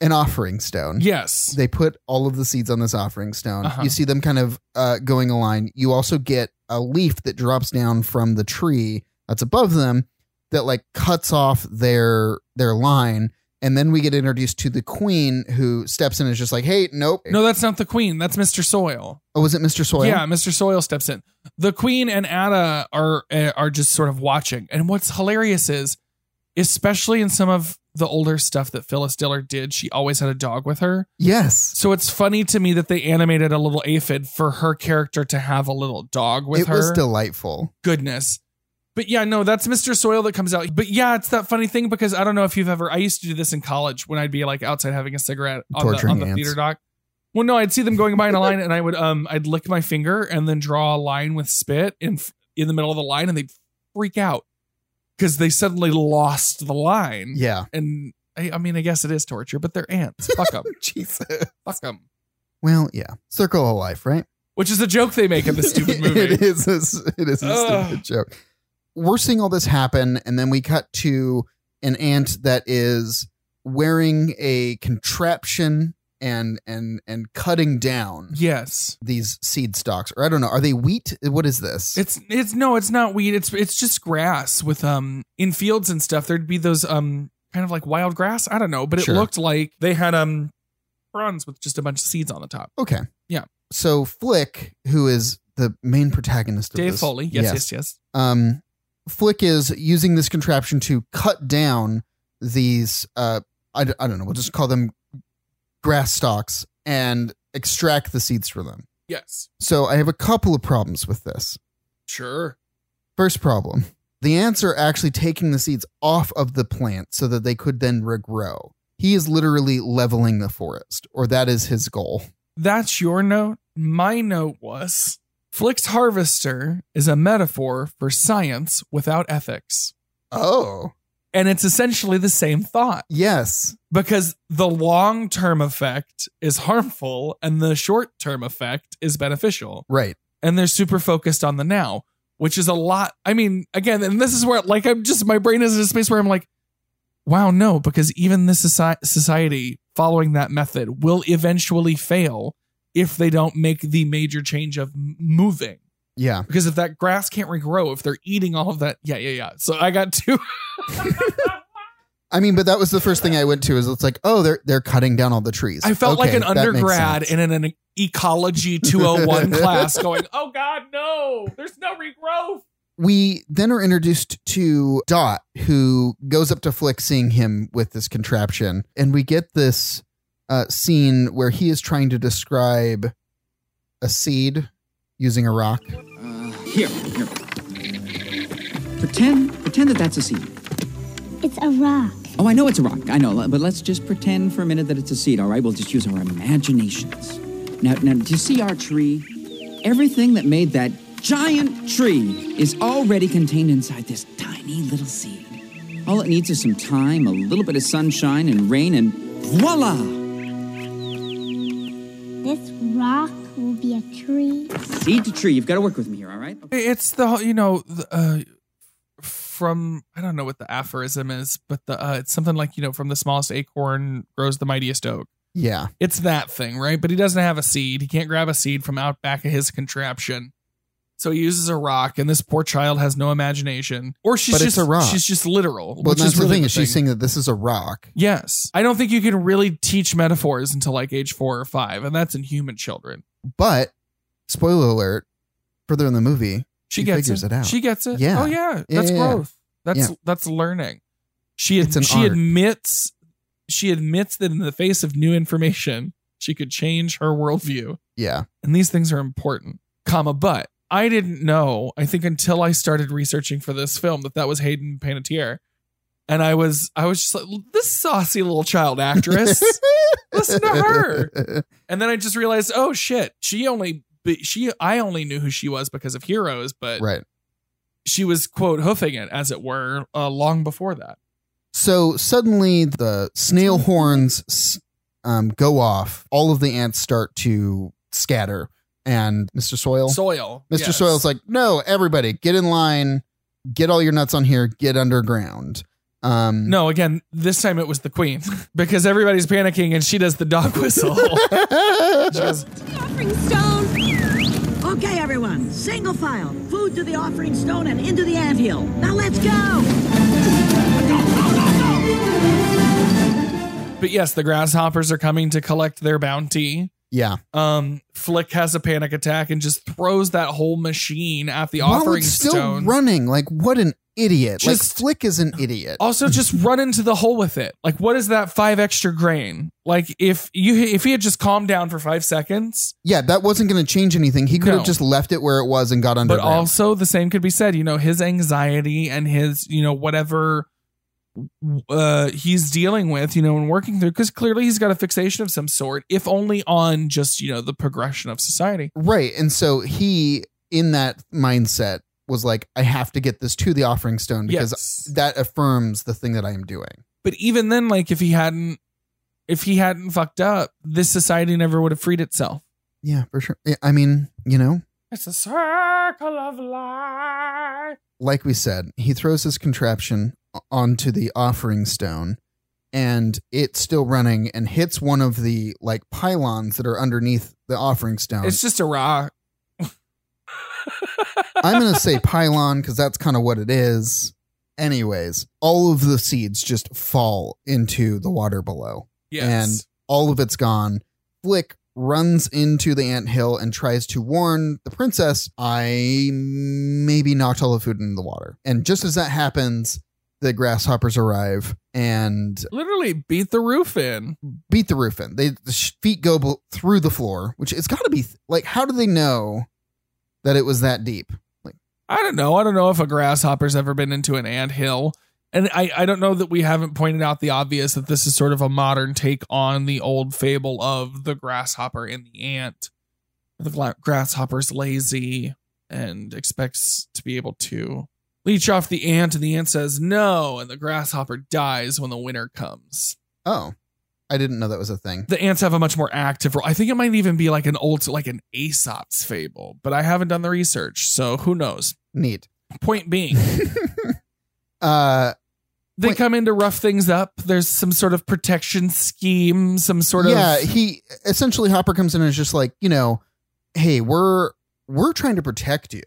S2: an offering stone.
S1: yes.
S2: They put all of the seeds on this offering stone.
S1: Uh-huh.
S2: You see them kind of uh, going a line. You also get a leaf that drops down from the tree that's above them that like cuts off their their line. And then we get introduced to the queen who steps in and is just like, "Hey, nope."
S1: No, that's not the queen. That's Mr. Soil.
S2: Oh, was it Mr. Soil?
S1: Yeah, Mr. Soil steps in. The Queen and Ada are uh, are just sort of watching. And what's hilarious is, especially in some of the older stuff that Phyllis Diller did, she always had a dog with her.
S2: Yes.
S1: So it's funny to me that they animated a little aphid for her character to have a little dog with
S2: it
S1: her.
S2: was delightful.
S1: Goodness. But yeah, no, that's Mr. Soil that comes out. But yeah, it's that funny thing because I don't know if you've ever. I used to do this in college when I'd be like outside having a cigarette on the,
S2: Torturing
S1: on the
S2: ants.
S1: theater dock. Well, no, I'd see them going by in a line, and I would um, I'd lick my finger and then draw a line with spit in f- in the middle of the line, and they'd freak out because they suddenly lost the line. <laughs>
S2: Yeah.
S1: And I, I mean, I guess it is torture, but they're ants. Fuck them.
S2: Jesus.
S1: Fuck them.
S2: Well, yeah, circle of life, right?
S1: Which is a joke they make
S2: <laughs>
S1: in this stupid movie.
S2: it is. A, it is a
S1: Ugh.
S2: stupid joke. We're seeing all this happen, and then we cut to an ant that is wearing a contraption and and and cutting down
S1: Yes.
S2: these seed stalks. Or I don't know, are they wheat? What is this?
S1: It's it's no, it's not weed. It's it's just grass with um in fields and stuff. There'd be those um kind of like wild grass. I don't know, but it
S2: Sure.
S1: looked like they had um fronds with just a bunch of seeds on the top.
S2: okay.
S1: Yeah.
S2: So Flick, who is the main protagonist of
S1: Dave
S2: this,
S1: Foley, yes, yes, yes,
S2: um, Flick is using this contraption to cut down these uh, I, d- I don't know, we'll just call them grass stalks and extract the seeds for them.
S1: Yes.
S2: So I have a couple of problems with this.
S1: Sure.
S2: First problem the ants are actually taking the seeds off of the plant so that they could then regrow. He is literally leveling the forest, or that is his goal.
S1: That's your note. My note was Flick's harvester is a metaphor for science without ethics.
S2: Oh.
S1: And it's essentially the same thought
S2: Yes.
S1: because the long term effect is harmful and the short term effect is beneficial.
S2: Right.
S1: And they're super focused on the now, which is a lot. I mean, again, and this is where like I'm just, my brain is in a space where I'm like, wow, no, because even this soci- society following that method will eventually fail if they don't make the major change of m- moving
S2: Yeah.
S1: because if that grass can't regrow, if they're eating all of that, yeah, yeah, yeah. So I got two. <laughs>
S2: I mean, but that was the first thing I went to is it's like, oh, they're they're cutting down all the trees.
S1: I felt like
S2: Okay,
S1: an
S2: that makes
S1: undergrad
S2: sense.
S1: in an, an ecology
S2: <laughs>
S1: 201 class going, oh God, no, there's no regrowth.
S2: we then are introduced to Dot, who goes up to Flick, seeing him with this contraption, and we get this uh, scene where he is trying to describe a seed using a rock.
S4: Uh, here, here. Pretend, pretend that that's a seed.
S3: It's a rock.
S4: Oh, I know it's a rock. I know, but let's just pretend for a minute that it's a seed. All right, we'll just use our imaginations. Now, now, do you see our tree? Everything that made that giant tree is already contained inside this tiny little seed. All it needs is some time, a little bit of sunshine and rain, and voila!
S3: This rock will be a tree.
S4: Seed to tree. You've got to work with me here. All right.
S1: It's the, whole- you know, the, uh, from, I don't know what the aphorism is, but the, uh, it's something like, you know, from the smallest acorn grows the mightiest oak.
S2: Yeah,
S1: It's that thing, right? But he doesn't have a seed. He can't grab a seed from out back of his contraption. So he uses a rock, and this poor child has no imagination. Or she's
S2: But it's
S1: just
S2: a rock.
S1: She's just literal,
S2: well,
S1: which
S2: that's
S1: is really
S2: the thing
S1: the
S2: is she's
S1: thing.
S2: saying that this is a rock.
S1: Yes, I don't think you can really teach metaphors until like age four or five, and that's in human children.
S2: But spoiler alert, further in the movie,
S1: She
S2: She
S1: gets
S2: figures
S1: it.
S2: it out.
S1: She gets it.
S2: Yeah.
S1: Oh yeah, that's
S2: yeah, yeah.
S1: growth. That's that's learning. She
S2: It's an
S1: she
S2: art.
S1: admits she admits that in the face of new information, she could change her worldview.
S2: yeah,
S1: and these things are important comma but i didn't know i think until i started researching for this film that that was hayden panettiere and i was i was just like this saucy little child
S2: <laughs>
S1: actress listen to her and then i just realized oh shit she only but she i only knew who she was because of heroes but
S2: right.
S1: she was quote hoofing it as it were uh, long before that
S2: So suddenly the snail horns s- um, go off. All of the ants start to scatter, and Mr. Soil,
S1: soil
S2: Mr.
S1: yes.
S2: Soil's like, "No, everybody, get in line, get all your nuts on here, get underground." Um,
S1: no again this time it was the queen <laughs> because everybody's panicking and she does the
S2: <laughs>
S1: dog whistle she goes,
S5: offering stone.
S6: Okay, everyone, single file. Food to the offering stone and into the anthill. Now let's go!
S1: But yes, the grasshoppers are coming to collect their bounty.
S2: yeah,
S1: Um, Flick has a panic attack and just throws that whole machine at the
S2: while
S1: offering
S2: it's still
S1: stone.
S2: running, like what an idiot!
S1: Just- uh,
S2: like Flick is an idiot.
S1: also, just run into the hole with it. Like, what is that five extra grain? Like, if you if he had just calmed down for five seconds,
S2: yeah, that wasn't going to change anything. He could
S1: No.
S2: have just left it where it was and got
S1: but
S2: underground.
S1: also the same could be said. You know, his anxiety and his you know whatever uh he's dealing with you know and working through because clearly he's got a fixation of some sort if only on just you know the progression of society
S2: Right. And so he, in that mindset, was like, I have to get this to the offering stone because
S1: Yes.
S2: that affirms the thing that I am doing.
S1: but even then like if he hadn't if he hadn't fucked up this society never would have freed itself
S2: Yeah, for sure. Yeah, I mean, you know,
S1: it's a circle of life
S2: like we said, he throws his contraption onto the offering stone and it's still running and hits one of the like pylons that are underneath the offering stone.
S1: it's <laughs> just a rock
S2: I'm going to say pylon because that's kind of what it is. Anyways, all of the seeds just fall into the water below.
S1: yes
S2: And all of it's gone. Flick runs into the anthill and tries to warn the princess, I maybe knocked all the food in the water. And just as that happens, the grasshoppers arrive and
S1: Literally beat the roof in.
S2: beat the roof in. They the sh- feet go bel through the floor, which it's got to be th- like how do they know that it was that deep? Like
S1: I don't know. I don't know if a grasshopper's ever been into an anthill. And I, I don't know that we haven't pointed out the obvious that this is sort of a modern take on the old fable of the grasshopper and the ant. The gla- grasshopper's lazy and expects to be able to leech off the ant, and the ant says no, and the grasshopper dies when the winter comes.
S2: oh, I didn't know that was a thing.
S1: The ants have a much more active role. I think it might even be like an old, like an Aesop's fable, but I haven't done the research, so who knows?
S2: Neat.
S1: Point being.
S2: Uh,
S1: they
S2: Wait.
S1: come in to rough things up. There's some sort of protection scheme, some sort
S2: yeah,
S1: of
S2: he essentially Hopper comes in and is just like, you know, hey, we're we're trying to protect you.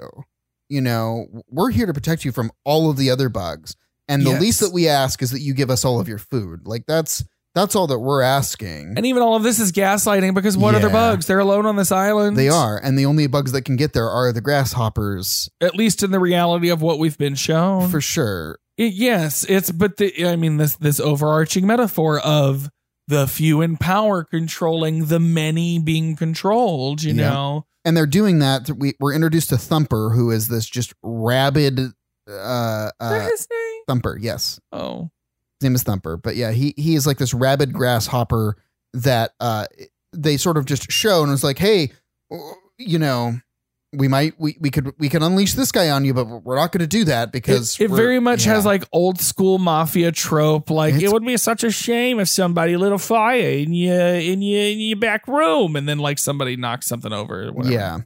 S2: You know, we're here to protect you from all of the other bugs. And the
S1: Yes.
S2: least that we ask is that you give us all of your food. Like that's that's all that we're asking.
S1: and even all of this is gaslighting because what other
S2: Yeah.
S1: bugs? They're alone on this island.
S2: they are, and the only bugs that can get there are the grasshoppers
S1: at least in the reality of what we've been shown.
S2: for sure.
S1: It- yes, it's but the I mean this this overarching metaphor of the few in power controlling the many being controlled. You
S2: Yeah.
S1: know,
S2: and they're doing that. th- We, we're introduced to Thumper, who is this just rabid uh,
S1: Is that
S2: uh,
S1: his name?
S2: Thumper. Yes,
S1: Oh,
S2: his name is Thumper, but yeah, he he is like this rabid grasshopper that uh, they sort of just show and was like, hey, you know, we might we, we could we can unleash this guy on you, but we're not going to do that because
S1: it, it
S2: we're-
S1: very much
S2: yeah.
S1: has like old school mafia trope. Like it
S2: It's-
S1: would be such a shame if somebody lit a fire in your in your in your back room, and then like somebody knocks something over. Or whatever.
S2: yeah,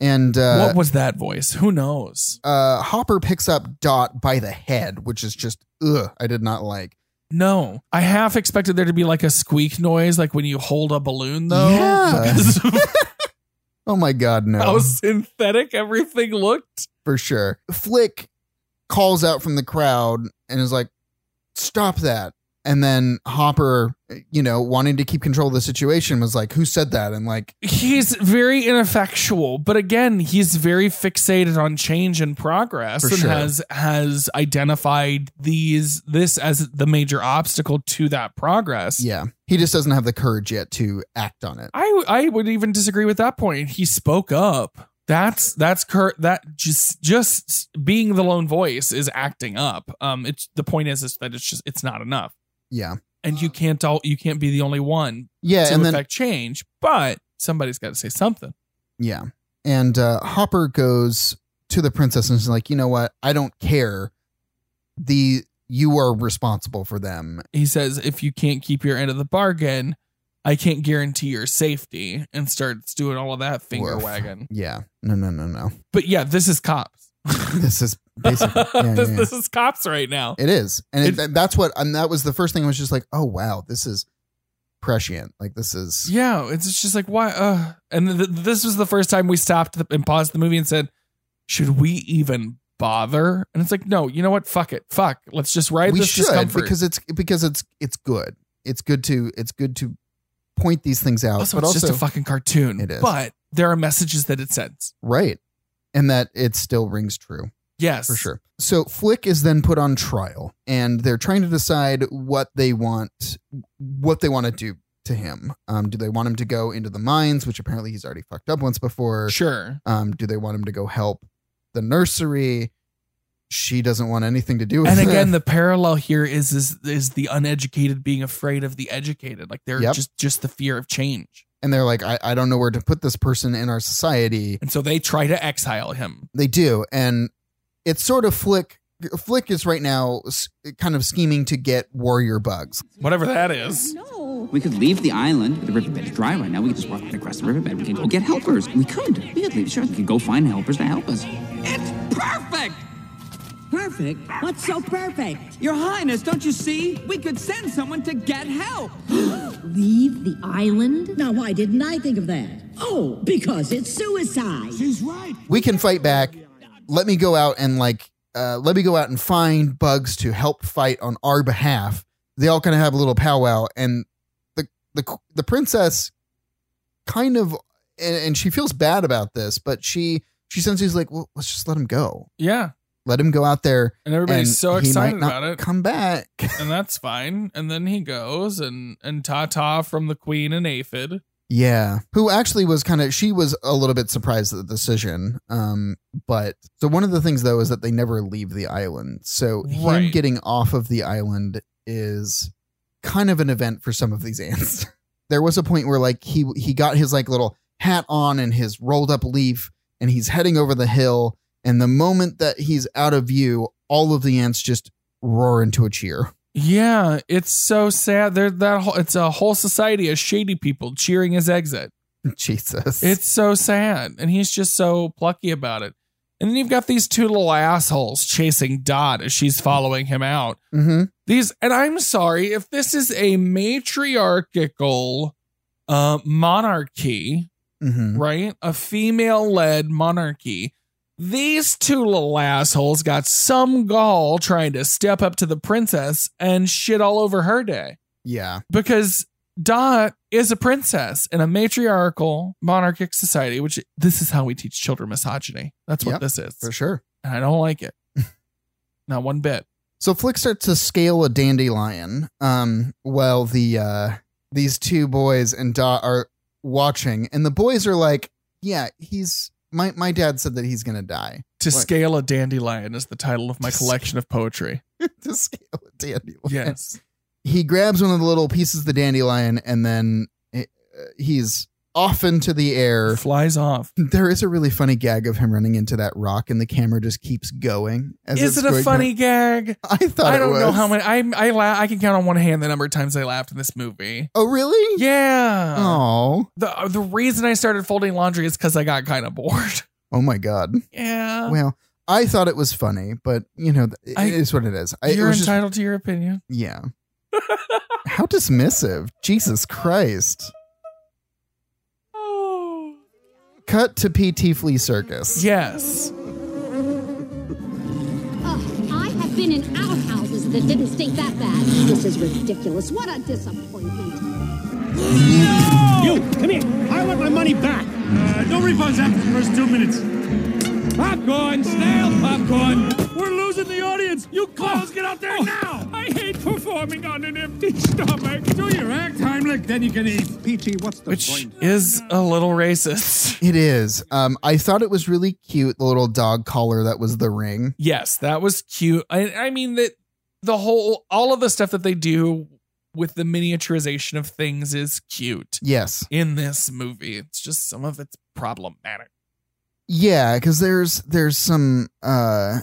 S2: and uh,
S1: what was that voice? Who knows?
S2: uh, Hopper picks up Dot by the head, which is just ugh, I did not like.
S1: No, I half expected there to be like a squeak noise, like when you hold a balloon, though.
S2: Yeah.
S1: because of
S2: <laughs> Oh my god, no!
S1: how synthetic everything looked.
S2: for sure. Flick calls out from the crowd and is like, "Stop that!" And then Hopper, you know, wanting to keep control of the situation, was like, "Who said that?" And like,
S1: He's very ineffectual, but again, he's very fixated on change and progress,
S2: For
S1: and
S2: sure.
S1: has has identified these this as the major obstacle to that progress.
S2: yeah, he just doesn't have the courage yet to act on it.
S1: I I would even disagree with that point. He spoke up. That's that's cur- that just just being the lone voice is acting up. Um, it's the point is is that it's just it's not enough,
S2: Yeah,
S1: and you can't all you can't be the only one
S2: yeah,
S1: to
S2: and then
S1: affect change. But somebody's got to say something.
S2: yeah, and uh, Hopper goes to the princess and is like, "You know what? I don't care. The you are responsible for them."
S1: He says, if you can't keep your end of the bargain, I can't guarantee your safety, and starts doing all of that finger
S2: Woof.
S1: wagging.
S2: Yeah, no, no, no, no.
S1: But yeah, this is cops. <laughs>
S2: This is basically yeah,
S1: this,
S2: yeah, yeah.
S1: this is cops right now.
S2: It is, and it,
S1: It-
S2: and that's what, and that was the first thing. I was just like, oh wow, this is prescient. Like this is,
S1: Yeah, it's it's just like why? Uh, and th- this was the first time we stopped the, and paused the movie and said, "Should we even bother?" And it's like, no, you know what? Fuck it, fuck. Let's just ride
S2: we
S1: this
S2: should
S1: discomfort.
S2: because it's because it's it's good. It's good to it's good to point these things out,
S1: also,
S2: but
S1: it's
S2: also
S1: just a fucking cartoon.
S2: It is.
S1: but there are messages that it sends.
S2: right, and that it still rings true
S1: Yes,
S2: for sure. So Flick is then put on trial, and they're trying to decide what they want, what they want to do to him. Um, do they want him to go into the mines, which apparently he's already fucked up once before?
S1: sure.
S2: Um, do they want him to go help the nursery? She doesn't want anything to do with <laughs>
S1: And
S2: it.
S1: again, the parallel here is is is the uneducated being afraid of the educated. Like they're
S2: Yep.
S1: just just the fear of change,
S2: and they're like, I, I don't know where to put this person in our society.
S1: and so they try to exile him.
S2: They do. And it's sort of Flick. Flick is right now s- kind of scheming to get warrior bugs.
S1: Whatever that is.
S3: No.
S4: We could leave the island. The riverbed is dry right now. We could just walk right across the riverbed. We could go get helpers. We could. We could leave. Sure, we could go find helpers to help us. It's perfect!
S6: Perfect? What's so perfect?
S4: Your Highness, don't you see? We could send someone to get help. <gasps>
S5: Leave the island?
S6: Now, why didn't I think of that? Oh, because it's suicide.
S2: We can fight back. Let me go out and like, uh, let me go out and find bugs to help fight on our behalf. They all kind of have a little powwow, and the the the princess kind of and, and she feels bad about this, but she she sends he's like, well, let's just let him go.
S1: Yeah,
S2: Let him go out there.
S1: And everybody's so excited
S2: he might not
S1: about it.
S2: Come back. <laughs>
S1: and that's fine. And then he goes and and Tata from the Queen and Aphid.
S2: Yeah. Who actually was kind of, she was a little bit surprised at the decision. Um, but so one of the things though is that they never leave the island. So him
S1: Right.
S2: getting off of the island is kind of an event for some of these <laughs> ants. there was a point where like he he got his like little hat on and his rolled up leaf and he's heading over the hill and the moment that he's out of view, all of the ants just roar into a cheer. <laughs>
S1: Yeah, it's so sad. There that whole, it's a whole society of shady people cheering his exit.
S2: Jesus.
S1: It's so sad, and he's just so plucky about it. And then you've got these two little assholes chasing Dot as she's following him out.
S2: hmm
S1: These, and I'm sorry if this is a matriarchal uh, monarchy,
S2: hmm
S1: right? A female led monarchy. These two little assholes got some gall trying to step up to the princess and shit all over her day
S2: Yeah.
S1: because Dot is a princess in a matriarchal monarchic society, which this is how we teach children misogyny. That's what
S2: Yep,
S1: this is.
S2: For sure.
S1: And I don't
S2: <laughs>
S1: like it. Not one bit.
S2: So Flick starts to scale a dandelion, um, while the uh, these two boys and Dot are watching, and the boys are like, "Yeah, he's my my dad said that he's gonna die <laughs>
S1: To
S2: What?
S1: scale a dandelion is the title of my collection of
S2: <laughs>
S1: poetry.
S2: to scale a dandelion."
S1: Yes.
S2: he grabs one of the little pieces of the dandelion, and then it, uh, he's off into the air. <laughs>
S1: Flies off.
S2: There is a really funny gag of him running into that rock, and the camera just keeps going. As
S1: Is
S2: it's
S1: it a
S2: going
S1: funny gag?
S2: down. <laughs> I thought
S1: I
S2: it
S1: don't know
S2: was.
S1: how many. I I la- I can count on one hand the number of times I laughed in this movie.
S2: Oh, really?
S1: Yeah.
S2: Oh.
S1: The the reason I started folding laundry is because I got kind of bored. <laughs>
S2: Oh my God.
S1: Yeah.
S2: Well, I thought it was funny, but you know, th- it
S1: Oh. I-
S2: is what it is. I, it
S1: You're
S2: was just-
S1: entitled to your opinion. <laughs>
S2: yeah. How dismissive. Jesus Christ.
S1: Oh.
S2: Cut to PT Flea Circus.
S1: Yes.
S7: Ugh, I have been in outhouses that didn't stink that bad. This is ridiculous. What a disappointment.
S8: You, come here. I want my money back. Uh, no refunds after the first two minutes. Popcorn, stale popcorn. We're losing the audience. You clowns, get out there now. I hate performing on an empty stomach. Do your act, Heimlich, then you can eat.
S9: PT, what's the
S1: Which is a little racist. <laughs>
S2: It is. Um, I thought it was really cute, the little dog collar that was the ring.
S1: Yes, that was cute. I, I mean that the whole all of the stuff that they do with the miniaturization of things is cute
S2: Yes.
S1: in this movie. It's just some of it's problematic.
S2: Yeah, because there's there's some uh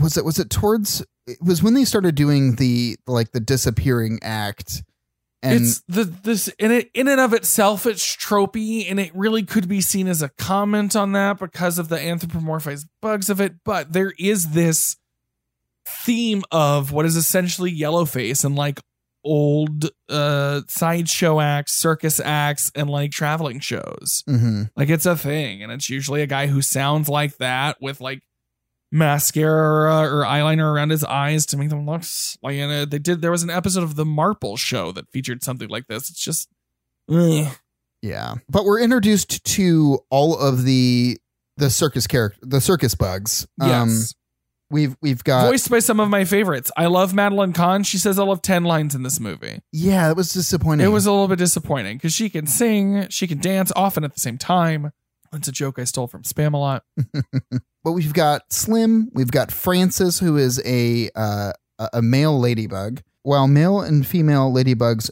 S2: was it was it towards it was when they started doing the like the disappearing act and
S1: it's the this in it in and of itself it's tropey and it really could be seen as a comment on that because of the anthropomorphized bugs of it but there is this theme of what is essentially yellowface and like old uh sideshow acts circus acts and like traveling shows
S2: Mhm.
S1: like it's a thing, and it's usually a guy who sounds like that with like mascara or eyeliner around his eyes to make them look slanted. uh, They did. There was an episode of The Marple Show that featured something like this. It's just, ugh.
S2: Yeah. But we're introduced to all of the the circus character the circus bugs. Um,
S1: yes,
S2: we've we've got
S1: voiced by some of my favorites. I love Madeline Kahn. She says all of ten lines in this movie.
S2: Yeah, it was disappointing.
S1: It was a little bit disappointing because she can sing, she can dance, often at the same time. That's a joke I stole from Spam a lot.
S2: but we've got Slim, we've got Francis who is a uh, a- a male ladybug. While male and female ladybugs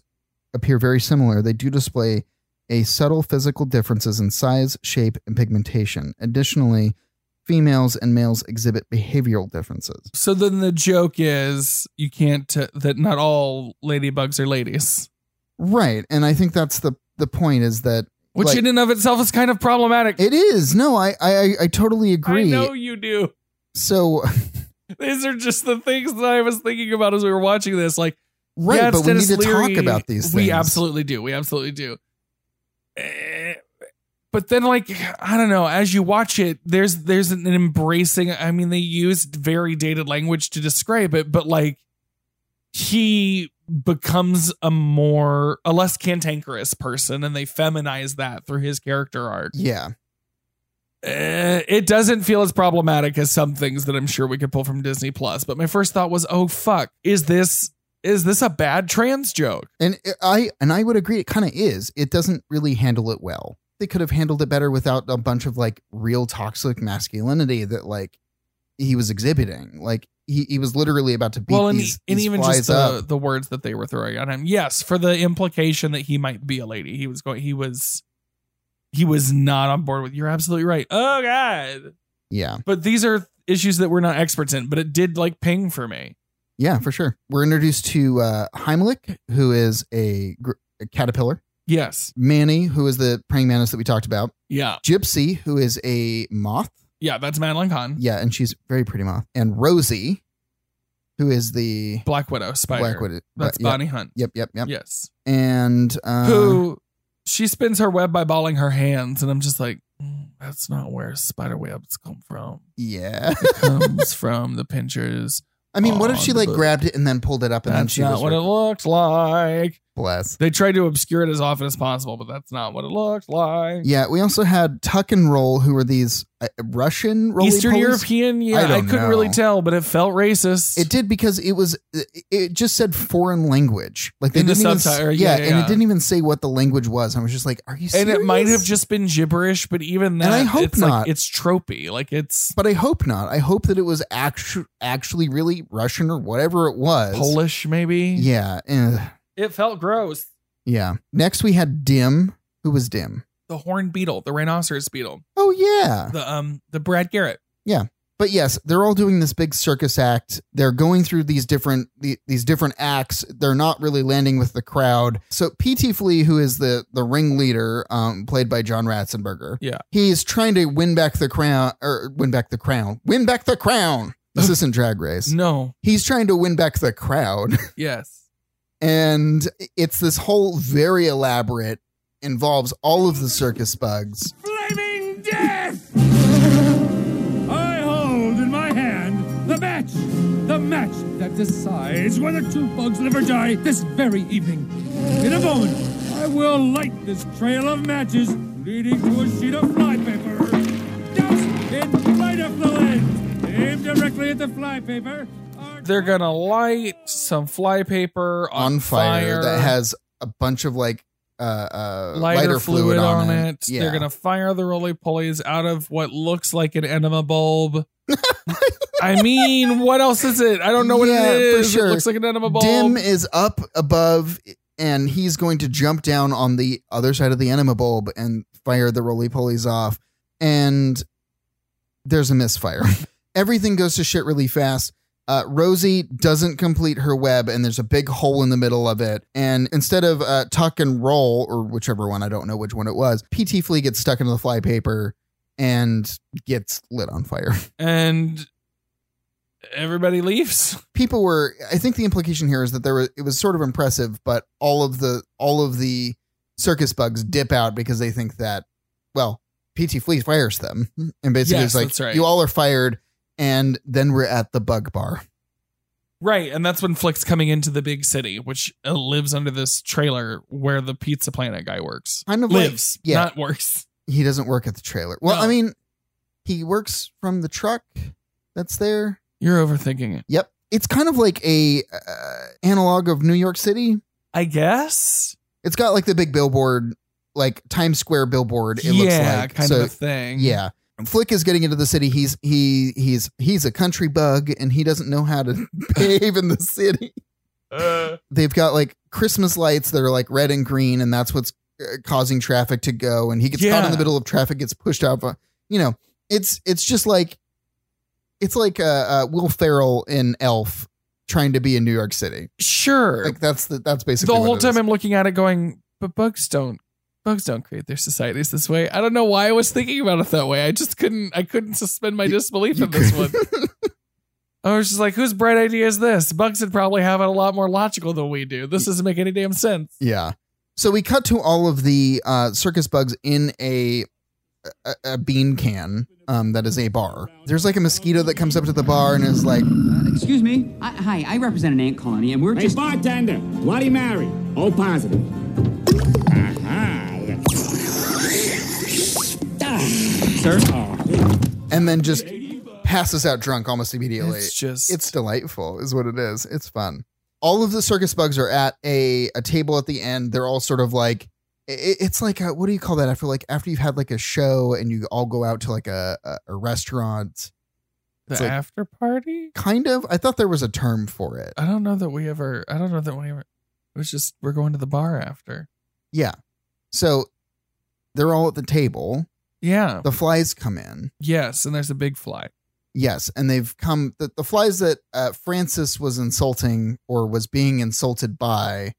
S2: appear very similar, they do display a subtle physical differences in size, shape, and pigmentation. Additionally, females and males exhibit behavioral differences.
S1: So then the joke is you can't t- that not all ladybugs are ladies.
S2: Right, and I think that's the the point is that
S1: which
S2: Like-
S1: in and of itself is kind of problematic.
S2: It is. No, I I, I- I totally
S1: I
S2: agree.
S1: know you do.
S2: So <laughs>
S1: These are just the things that I was thinking about as we were watching this. Like,
S2: right,
S1: yeah, it's
S2: but we
S1: Dennis
S2: need to
S1: Leary.
S2: talk about these things.
S1: We absolutely do. We absolutely do. Eh, But then, like, I don't know. As you watch it, there's there's an embracing. I mean, they used very dated language to describe it, but like, he becomes a more a less cantankerous person, and they feminize that through his character arc.
S2: Yeah.
S1: eh, it doesn't feel as problematic as some things that I'm sure we could pull from Disney Plus. But my first thought was, oh fuck, is this is this a bad trans joke?
S2: And it- I and I would agree it kind of is. It doesn't really handle it well. They could have handled it better without a bunch of like real toxic masculinity that like he was exhibiting. Like he, he was literally about to beat
S1: well, and,
S2: these,
S1: and
S2: these
S1: even
S2: flies
S1: just the,
S2: up.
S1: the words that they were throwing at him. Yes, for the implication that he might be a lady, he was going. He was he was not on board with. You're absolutely right. Oh god.
S2: Yeah.
S1: But these are issues that we're not experts in. But it did like ping for me.
S2: Yeah, for sure. We're introduced to uh, Heimlich, who is a, gr- a caterpillar.
S1: Yes.
S2: Manny, who is the praying mantis that we talked about.
S1: Yeah.
S2: Gypsy, who is a moth.
S1: Yeah. That's Madeline Kahn.
S2: Yeah, and she's a very pretty moth. And Rosie, who is the
S1: Black Widow. Spider.
S2: black widow.
S1: That's
S2: yeah.
S1: Bonnie Hunt.
S2: Yep, yep, yep.
S1: Yes.
S2: And uh,
S1: Who she spins her web by balling her hands, and I'm just like, "Mm, that's not where spider webs come from.
S2: Yeah.
S1: It
S2: <laughs>
S1: comes from the pinchers
S2: I mean, what if
S1: Oh,
S2: she
S1: the
S2: like
S1: book.
S2: grabbed it and then pulled it up and then
S1: That's
S2: she
S1: not
S2: was
S1: what it
S2: like,
S1: looked like.
S2: bless.
S1: They tried to obscure it as often as possible, but that's not what it looked like.
S2: Yeah, we also had Tuck and Roll, who were these uh, Russian roly
S1: Eastern European, yeah,
S2: I
S1: I,
S2: don't
S1: couldn't
S2: know.
S1: really tell, but it felt racist.
S2: It did because it was it- it just said foreign language, like they
S1: In the
S2: didn't even s-
S1: subtitle,
S2: yeah,
S1: yeah,
S2: and
S1: yeah.
S2: it didn't even say what the language was. I was just like, are you?
S1: and
S2: Serious?
S1: it might have just been gibberish, but even that,
S2: I hope
S1: it's
S2: not.
S1: like it's tropey. Like it's
S2: but I hope not. I hope that it was actu- actually really Russian or whatever it was.
S1: Polish, maybe.
S2: Yeah, eh,
S1: It felt gross.
S2: yeah. Next we had Dim, who was Dim.
S1: The horn beetle, the rhinoceros beetle,
S2: Oh yeah,
S1: the um, the Brad Garrett.
S2: but yes, they're all doing this big circus act. They're going through these different the, these different acts. They're not really landing with the crowd. So PT Flea, who is the the ringleader, um, played by John Ratzenberger,
S1: Yeah.
S2: he's trying to win back the crown or win back the crown, win back the crown.
S1: <laughs>
S2: This isn't Drag Race.
S1: No,
S2: He's trying to win back the crowd,
S1: yes,
S2: and it's this whole very elaborate involves all of the circus bugs.
S8: Flaming death! I hold in my hand the match, the match that decides whether two bugs live or die this very evening. In a moment, I will light this trail of matches leading to a sheet of flypaper. Doused in light of the lens, aimed directly at the flypaper. are-
S1: they're gonna light some fly paper on,
S2: on fire, that
S1: has.
S2: has a bunch of like uh, uh
S1: lighter, fluid, on it.
S2: Yeah.
S1: They're gonna fire the roly polies out of what looks like an enema
S2: <laughs>
S1: bulb. I mean, what else is it? I don't know what
S2: Yeah,
S1: it
S2: for
S1: is.
S2: sure.
S1: It looks like an enema bulb.
S2: Dim is up above and he's going to jump down on the other side of the enema bulb and fire the roly polies off. And there's a misfire. Everything goes to shit really fast. Uh, Rosie doesn't complete her web, and there's a big hole in the middle of it. And instead of uh, tuck and roll, or whichever one, I don't know which one it was, PT Flea gets stuck into the flypaper and gets lit on fire.
S1: and everybody leaves.
S2: people were i think the implication here is that there were it was sort of impressive but all of the all of the circus bugs dip out because they think that well pt flea fires them <laughs> and basically
S1: Yes,
S2: it's like
S1: that's right.
S2: you all are fired and then we're at the bug bar
S1: Right, and that's when Flick's coming into the big city, which uh, lives under this trailer where the Pizza Planet guy works.
S2: kind of like-
S1: Lives,
S2: yeah.
S1: not works.
S2: he doesn't work at the trailer well
S1: No.
S2: i mean he works from the truck that's there
S1: You're overthinking it.
S2: yep it's kind of like a uh, analog of new york city
S1: I guess.
S2: it's got like the big billboard like times square billboard it
S1: yeah,
S2: looks like
S1: kind
S2: So
S1: of a thing.
S2: Yeah. Flick is getting into the city. He's he he's he's a country bug and he doesn't know
S1: <laughs>
S2: how to behave in the city.
S1: Uh,
S2: They've got like Christmas lights that are like red and green and that's what's uh, causing traffic to go and he gets caught in
S1: Yeah.
S2: the middle of traffic gets pushed out. uh, You know, it's it's just like it's like uh, uh Will Ferrell in Elf trying to be in New York City.
S1: sure.
S2: Like that's the, that's basically
S1: the
S2: what
S1: whole
S2: it
S1: time
S2: is.
S1: I'm looking at it going, but bugs don't bugs don't create their societies this way. I don't know why I was thinking about it that way. I just couldn't I couldn't suspend my disbelief in this one.
S2: <laughs>
S1: I was just like, whose bright idea is this? Bugs would probably have it a lot more logical than we do. This doesn't make any damn sense.
S2: Yeah. So we cut to all of the uh, circus bugs in a, a a bean can um, that is a bar. There's like a mosquito that comes up to the bar and is like,
S4: Excuse me. I, hi, I represent an ant colony, and we're
S9: Hey,
S4: just.
S9: bartender, Bloody Mary, all positive. Aha. Ah,
S4: sir.
S2: and then just passes out drunk almost immediately.
S1: It's just-
S2: it's delightful, is what it is. It's fun. All of the circus bugs are at a a table at the end. They're all sort of like i- i- it's like a, what do you call that after like after you've had like a show and you all go out to like a a, a restaurant.
S1: The
S2: It's like-
S1: after party?
S2: Kind of. I thought there was a term for it.
S1: I don't know that we ever. I don't know that we ever. It was just we're going to the bar after.
S2: Yeah. So they're all at the table.
S1: Yeah.
S2: The flies come in.
S1: Yes, and there's a big fly.
S2: Yes, and they've come the, the flies that uh, Francis was insulting or was being insulted by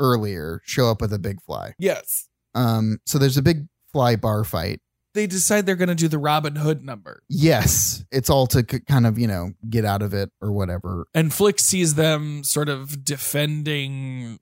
S2: earlier show up with a big fly.
S1: Yes.
S2: Um, so there's a big fly bar fight.
S1: They decide they're going to do the Robin Hood number,
S2: Yes, it's all to c- kind of you know get out of it or whatever.
S1: and Flick sees them sort of defending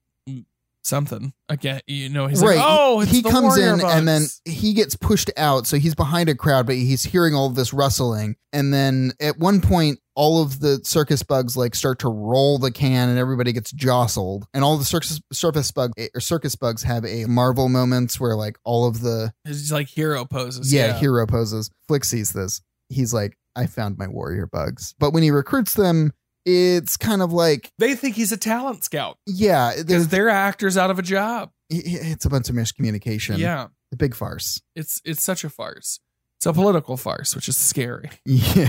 S1: something again. You know, he's like, "Oh, it's
S2: he
S1: the
S2: comes
S1: Warrior
S2: in and then
S1: Bucks."
S2: he gets pushed out, so he's behind a crowd, but he's hearing all this rustling. And then at one point, all of the circus bugs like start to roll the can, and everybody gets jostled. And all the circus surface bug eh, or circus bugs have a Marvel moments where like all of the
S1: It's just like hero poses.
S2: yeah, hero poses. Flick sees this. He's like, I found my warrior bugs. But when he recruits them, it's kind of like
S1: they think he's a talent scout
S2: yeah,
S1: because
S2: there's
S1: they're actors out of a job.
S2: it's a bunch of miscommunication.
S1: Yeah,
S2: the big farce. <laughs>
S1: it's it's such a farce. It's a political farce, which is scary.
S2: Yeah.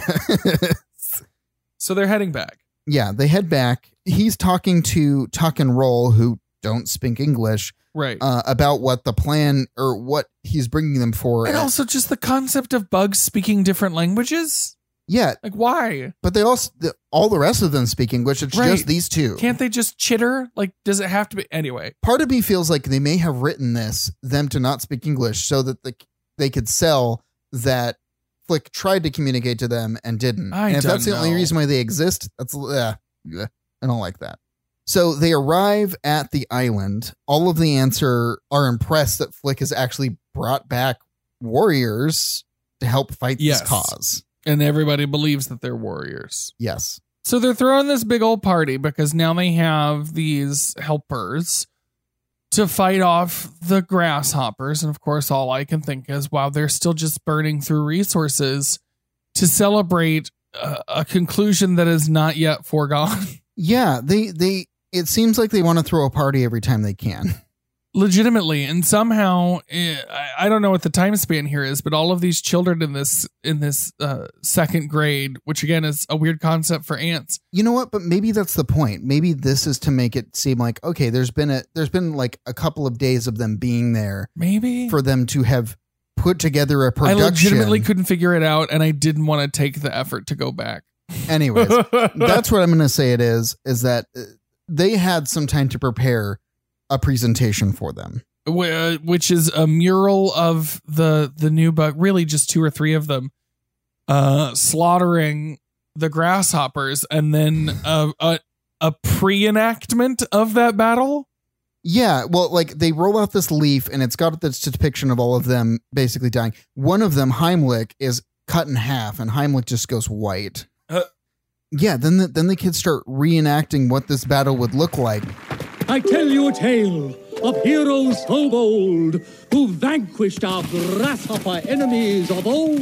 S1: So they're heading back.
S2: yeah, they head back. He's talking to Tuck and Roll, who don't speak English,
S1: Right.
S2: uh, about what the plan or what he's bringing them for.
S1: And also just the concept of bugs speaking different languages.
S2: yeah,
S1: Like, why
S2: but they also the, all the rest of them speak English. It's
S1: Right.
S2: just these 2
S1: can't they just chitter? Like, does it have to be anyway?
S2: Part of me feels like they may have written this them to not speak English so that the, they could sell that Flick tried to communicate to them and didn't.
S1: I
S2: and if
S1: don't
S2: that's the only
S1: know.
S2: reason why they exist, that's uh, I don't like that. So they arrive at the island. All of the answer are impressed that Flick has actually brought back warriors to help fight
S1: Yes.
S2: this cause.
S1: And everybody believes that they're warriors.
S2: Yes.
S1: So they're throwing this big old party because now they have these helpers to fight off the grasshoppers. And of course, all I can think is, wow, they're still just burning through resources to celebrate a, a conclusion that is not yet foregone. <laughs>
S2: Yeah, they they it seems like they want to throw a party every time they can.
S1: legitimately and somehow eh, I- i don't know what the time span here is but all of these children in this in this uh, second grade which again is a weird concept for ants
S2: you know what but maybe that's the point maybe this is to make it seem like okay there's been a there's been like a couple of days of them being there
S1: maybe
S2: for them to have put together a
S1: i
S2: production
S1: legitimately <laughs> couldn't figure it out and i didn't want to take the effort to go back
S2: anyways that's what i'm going to say it is is that uh, they had some time to prepare a presentation for them
S1: Wh- uh, which is a mural of the the new bug really just two or three of them uh slaughtering the grasshoppers and then uh, a a pre-enactment of that battle
S2: yeah well like they roll out this leaf and it's got this depiction of all of them basically dying one of them heimlich is cut in half and heimlich just goes white
S1: Uh.
S2: yeah then the, then the kids start reenacting what this battle would look like
S8: I tell you a tale of heroes so bold who vanquished our grasshopper enemies of old.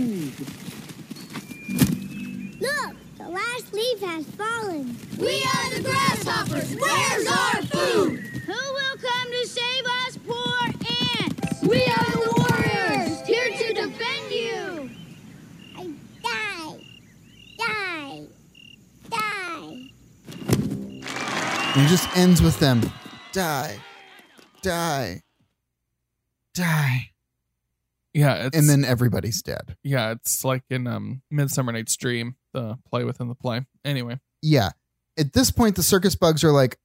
S3: Look, the last leaf has fallen.
S7: We are the grasshoppers. Where's our food?
S3: Who will come to save us, poor ants?
S7: We are the warriors, here to defend you.
S3: I die, die, die.
S2: And it just ends with them die, die, die.
S1: yeah it's,
S2: And then everybody's dead.
S1: yeah, it's like in um Midsummer Night's Dream, the play within the play. Anyway,
S2: Yeah. At this point, the circus bugs are like,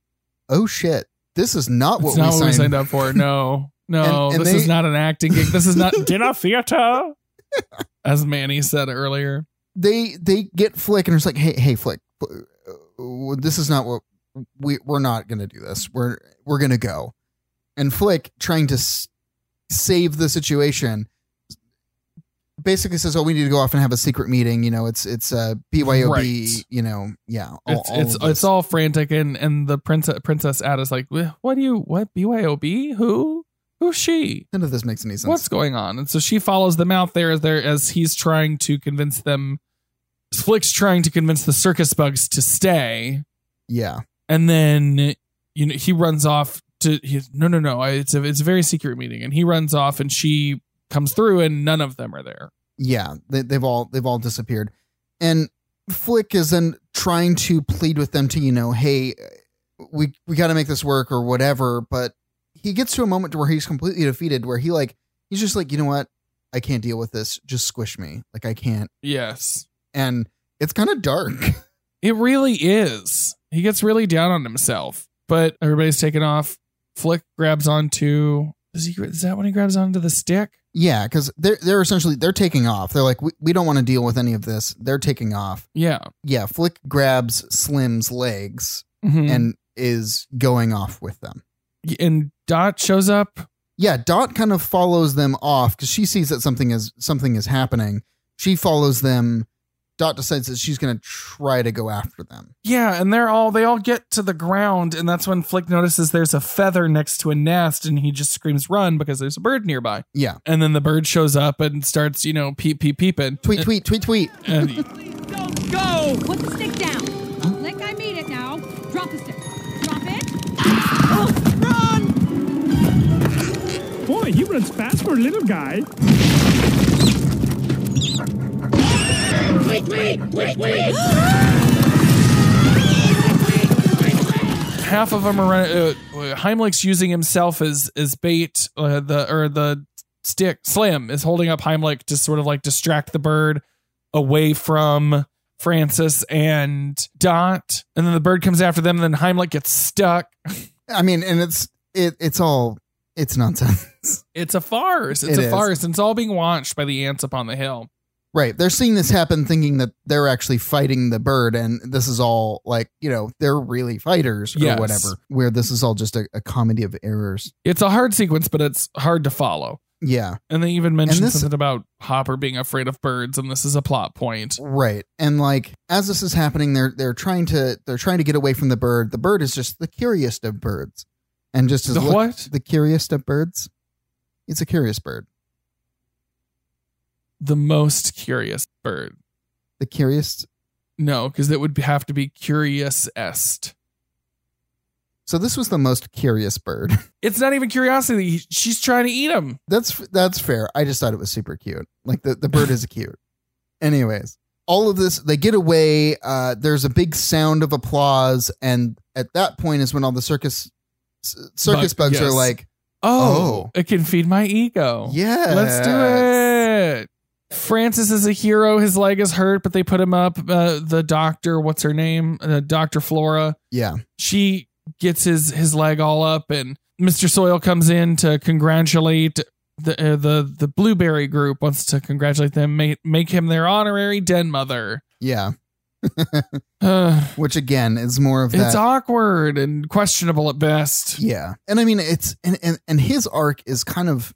S2: oh shit, this is not what,
S1: it's
S2: we,
S1: not
S2: signed.
S1: what we signed up for. No, no,
S2: <laughs> And- and
S1: this is
S2: they-
S1: not an acting gig. This
S2: <laughs>
S1: is not dinner theater, as Manny said earlier.
S2: They they get Flick and it's like, hey, hey, Flick, uh, this is not what we we're not gonna do this. We're we're gonna go. And Flick trying to s- save the situation basically says, oh, we need to go off and have a secret meeting. You know, it's it's uh, BYOB.
S1: Right.
S2: You know, yeah, all,
S1: It's
S2: all
S1: it's
S2: of this.
S1: it's all frantic, and and the princess princess Ad is like, "Wh- what do you what BYOB who who Who's she?
S2: None of this makes any sense.
S1: What's going on? And so she follows them out there as there as he's trying to convince them. Flick's trying to convince the circus bugs to stay,
S2: yeah.
S1: and then you know he runs off to he's no no no I- it's a it's a very secret meeting, and he runs off and she comes through and none of them are there.
S2: yeah they, they've all they've all disappeared and flick is then trying to plead with them to you know hey we we got to make this work or whatever but he gets to a moment to where he's completely defeated where he like he's just like you know what i can't deal with this just squish me like i can't
S1: Yes.
S2: and it's kind of dark <laughs>
S1: It really is. He gets really down on himself, but everybody's taken off. Flick grabs onto. Is, he, is that when he grabs onto the stick?
S2: yeah because they're they're essentially they're taking off they're like we, we don't want to deal with any of this they're taking off
S1: Yeah.
S2: yeah flick grabs slim's legs
S1: Mhm.
S2: and is going off with them
S1: and Dot shows up.
S2: yeah, Dot kind of follows them off because she sees that something is something is happening. She follows them. Dot decides that she's going to try to go after them.
S1: Yeah, and they're all they all get to the ground, and that's when Flick notices there's a feather next to a nest, and he just screams "Run!" because there's a bird nearby.
S2: Yeah,
S1: And then the bird shows up and starts, you know, peep peep peeping.
S2: tweet, tweet, tweet, tweet.
S1: And-
S5: Put the stick down. Like I made it now. Drop the stick. Drop it.
S8: Boy, he runs fast for a little guy.
S1: half of them are run- uh, Heimlich's using himself as as bait. Uh, the or the stick Slim is holding up Heimlich to sort of like distract the bird away from Francis and Dot, and then the bird comes after them. And then Heimlich gets stuck.
S2: I mean, and it's it, it's all it's nonsense, <laughs>
S1: It's a farce. It's
S2: It
S1: a
S2: is.
S1: farce, and it's all being watched by the ants up on the hill.
S2: right? They're seeing this happen, thinking that they're actually fighting the bird, and this is all like you know they're really fighters or
S1: Yes.
S2: whatever. Where this is all just a, a comedy of errors.
S1: It's a hard sequence, but it's hard to follow.
S2: Yeah,
S1: And they even mentioned
S2: this-
S1: something about Hopper being afraid of birds, and this is a plot point.
S2: Right. And like as this is happening, they're they're trying to they're trying to get away from the bird. The bird is just the curious of birds. And just as
S1: The what?
S2: the curious of birds. It's a curious bird.
S1: The most curious bird.
S2: The curious
S1: No, because it would be- have to be curious est.
S2: so this was the most curious bird. <laughs>
S1: It's not even curiosity. She's trying to eat him.
S2: that's that's fair. I just thought it was super cute. Like the,
S1: <laughs>
S2: the bird is cute. Anyways, all of this they get away. Uh, there's a big sound of applause, and at that point is when all the circus s- circus
S1: Bug-
S2: bugs are
S1: yes.
S2: like,
S1: Oh,
S2: Oh.
S1: it can feed my ego.
S2: yeah,
S1: Let's do it. Francis is a hero. His leg is hurt, but they put him up. Uh, the doctor, what's her name? Uh, Dr. Flora.
S2: Yeah,
S1: She gets his, his leg all up, and Mr. Soil comes in to congratulate the uh, the the blueberry group. Wants to congratulate them, make make him their honorary den mother.
S2: yeah.
S1: Uh,
S2: which again is more of that.
S1: It's awkward and questionable at best.
S2: yeah, and I mean it's and, and and his arc is kind of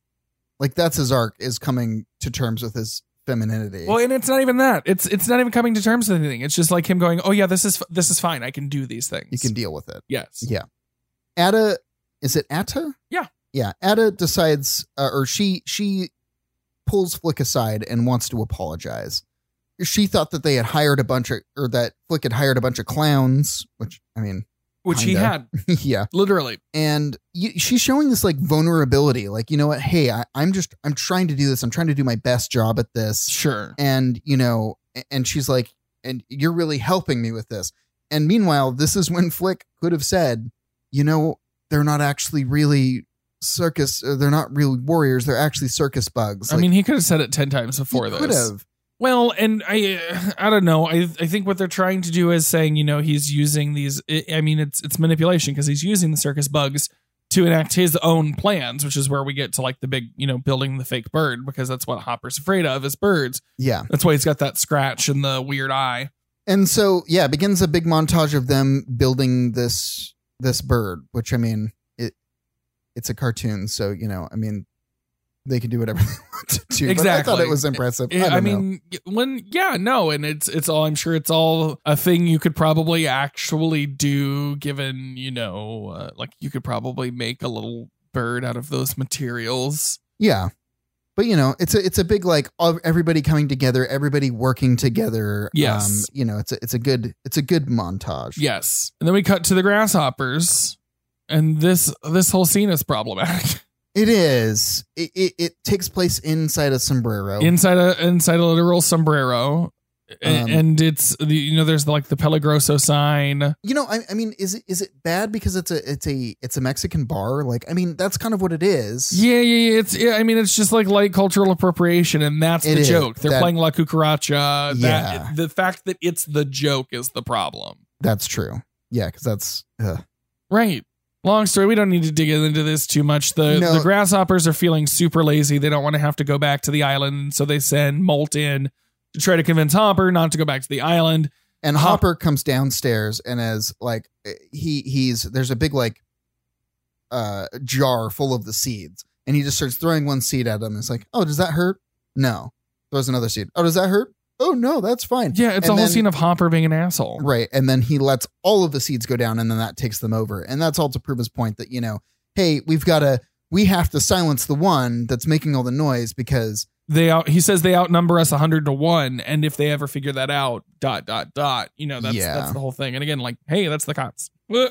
S2: like that's his arc is coming to terms with his femininity.
S1: Well, and it's not even that. It's it's not even coming to terms with anything. It's just like him going, "Oh yeah, this is this is fine. I can do these things."
S2: you can deal with it.
S1: Yes.
S2: Yeah. Ada, is it Atta?
S1: Yeah.
S2: yeah. Ada decides, uh, or she she pulls Flick aside and wants to apologize. She thought that they had hired a bunch of, or that Flick had hired a bunch of clowns, which I mean, <laughs>
S1: Which he
S2: Kinda.
S1: had
S2: yeah.
S1: literally.
S2: and y she's showing this like vulnerability like you know what hey I, i'm just i'm trying to do this i'm trying to do my best job at this <laughs>
S1: Sure.
S2: and you know a- and she's like and you're really helping me with this and meanwhile this is when flick could have said you know they're not actually really circus uh, they're not real warriors they're actually circus bugs
S1: I
S2: Like,
S1: mean, he could have said it ten times
S2: he
S1: before
S2: could
S1: this.
S2: have
S1: Well, and I <sighs> I don't know. I I think what they're trying to do is saying, you know, he's using these. I I mean, it's it's manipulation because he's using the circus bugs to enact his own plans, which is where we get to like the big, you know, building the fake bird because that's what Hopper's afraid of is birds.
S2: yeah
S1: That's why he's got that scratch and the weird eye.
S2: and so yeah begins a big montage of them building this this bird which i mean it it's a cartoon so you know i mean they can do whatever <laughs> they want to do but i thought
S1: Exactly.
S2: it was impressive
S1: I,
S2: i, don't know.
S1: mean, when yeah, no, and it's it's all. I'm sure it's all a thing you could probably actually do, given you know, uh, like you could probably make a little bird out of those materials.
S2: Yeah. But you know, it's a it's a big like of everybody coming together, everybody working together. um,
S1: Yes.
S2: you know, it's a it's a good it's a good montage.
S1: Yes. And then we cut to the grasshoppers. And this this whole scene is problematic.
S2: It is. It, it it takes place inside a sombrero.
S1: Inside a inside a literal sombrero. A-
S2: Um,
S1: And, it's the you know, there's like the Pelagroso sign.
S2: you know, I, I mean, is it is it bad because it's a it's a it's a Mexican bar? Like, I mean, that's kind of what it is.
S1: Yeah, yeah, yeah. It's yeah, I mean, it's just like light cultural appropriation, and that's
S2: It
S1: the
S2: is.
S1: joke. They're
S2: That-
S1: playing La Cucaracha.
S2: Yeah.
S1: That the fact that it's the joke is the problem.
S2: That's true. Yeah, because that's ugh.
S1: Right. Long story. We don't need to dig into this too much. The
S2: No.
S1: the grasshoppers are feeling super lazy. They don't want to have to go back to the island, so they send Molt in to try to convince Hopper not to go back to the island.
S2: and
S1: Hop-
S2: Hopper comes downstairs and as like eh, he he's there's a big like uh jar full of the seeds and he just starts throwing one seed at him. It's like, oh, does that hurt? No. Throws another seed. Oh, does that hurt? Oh no, that's fine.
S1: Yeah, it's
S2: And
S1: a whole
S2: then-
S1: scene of Hopper being an asshole.
S2: Right. And then he lets all of the seeds go down and then that takes them over. And that's all to prove his point that, you know, hey, we've got to, we have to silence the one that's making all the noise because,
S1: They out, he says they outnumber us hundred to one, and if they ever figure that out, dot dot dot. You know that's
S2: Yeah.
S1: that's the whole thing. And again, like, hey, that's the cops. Ugh.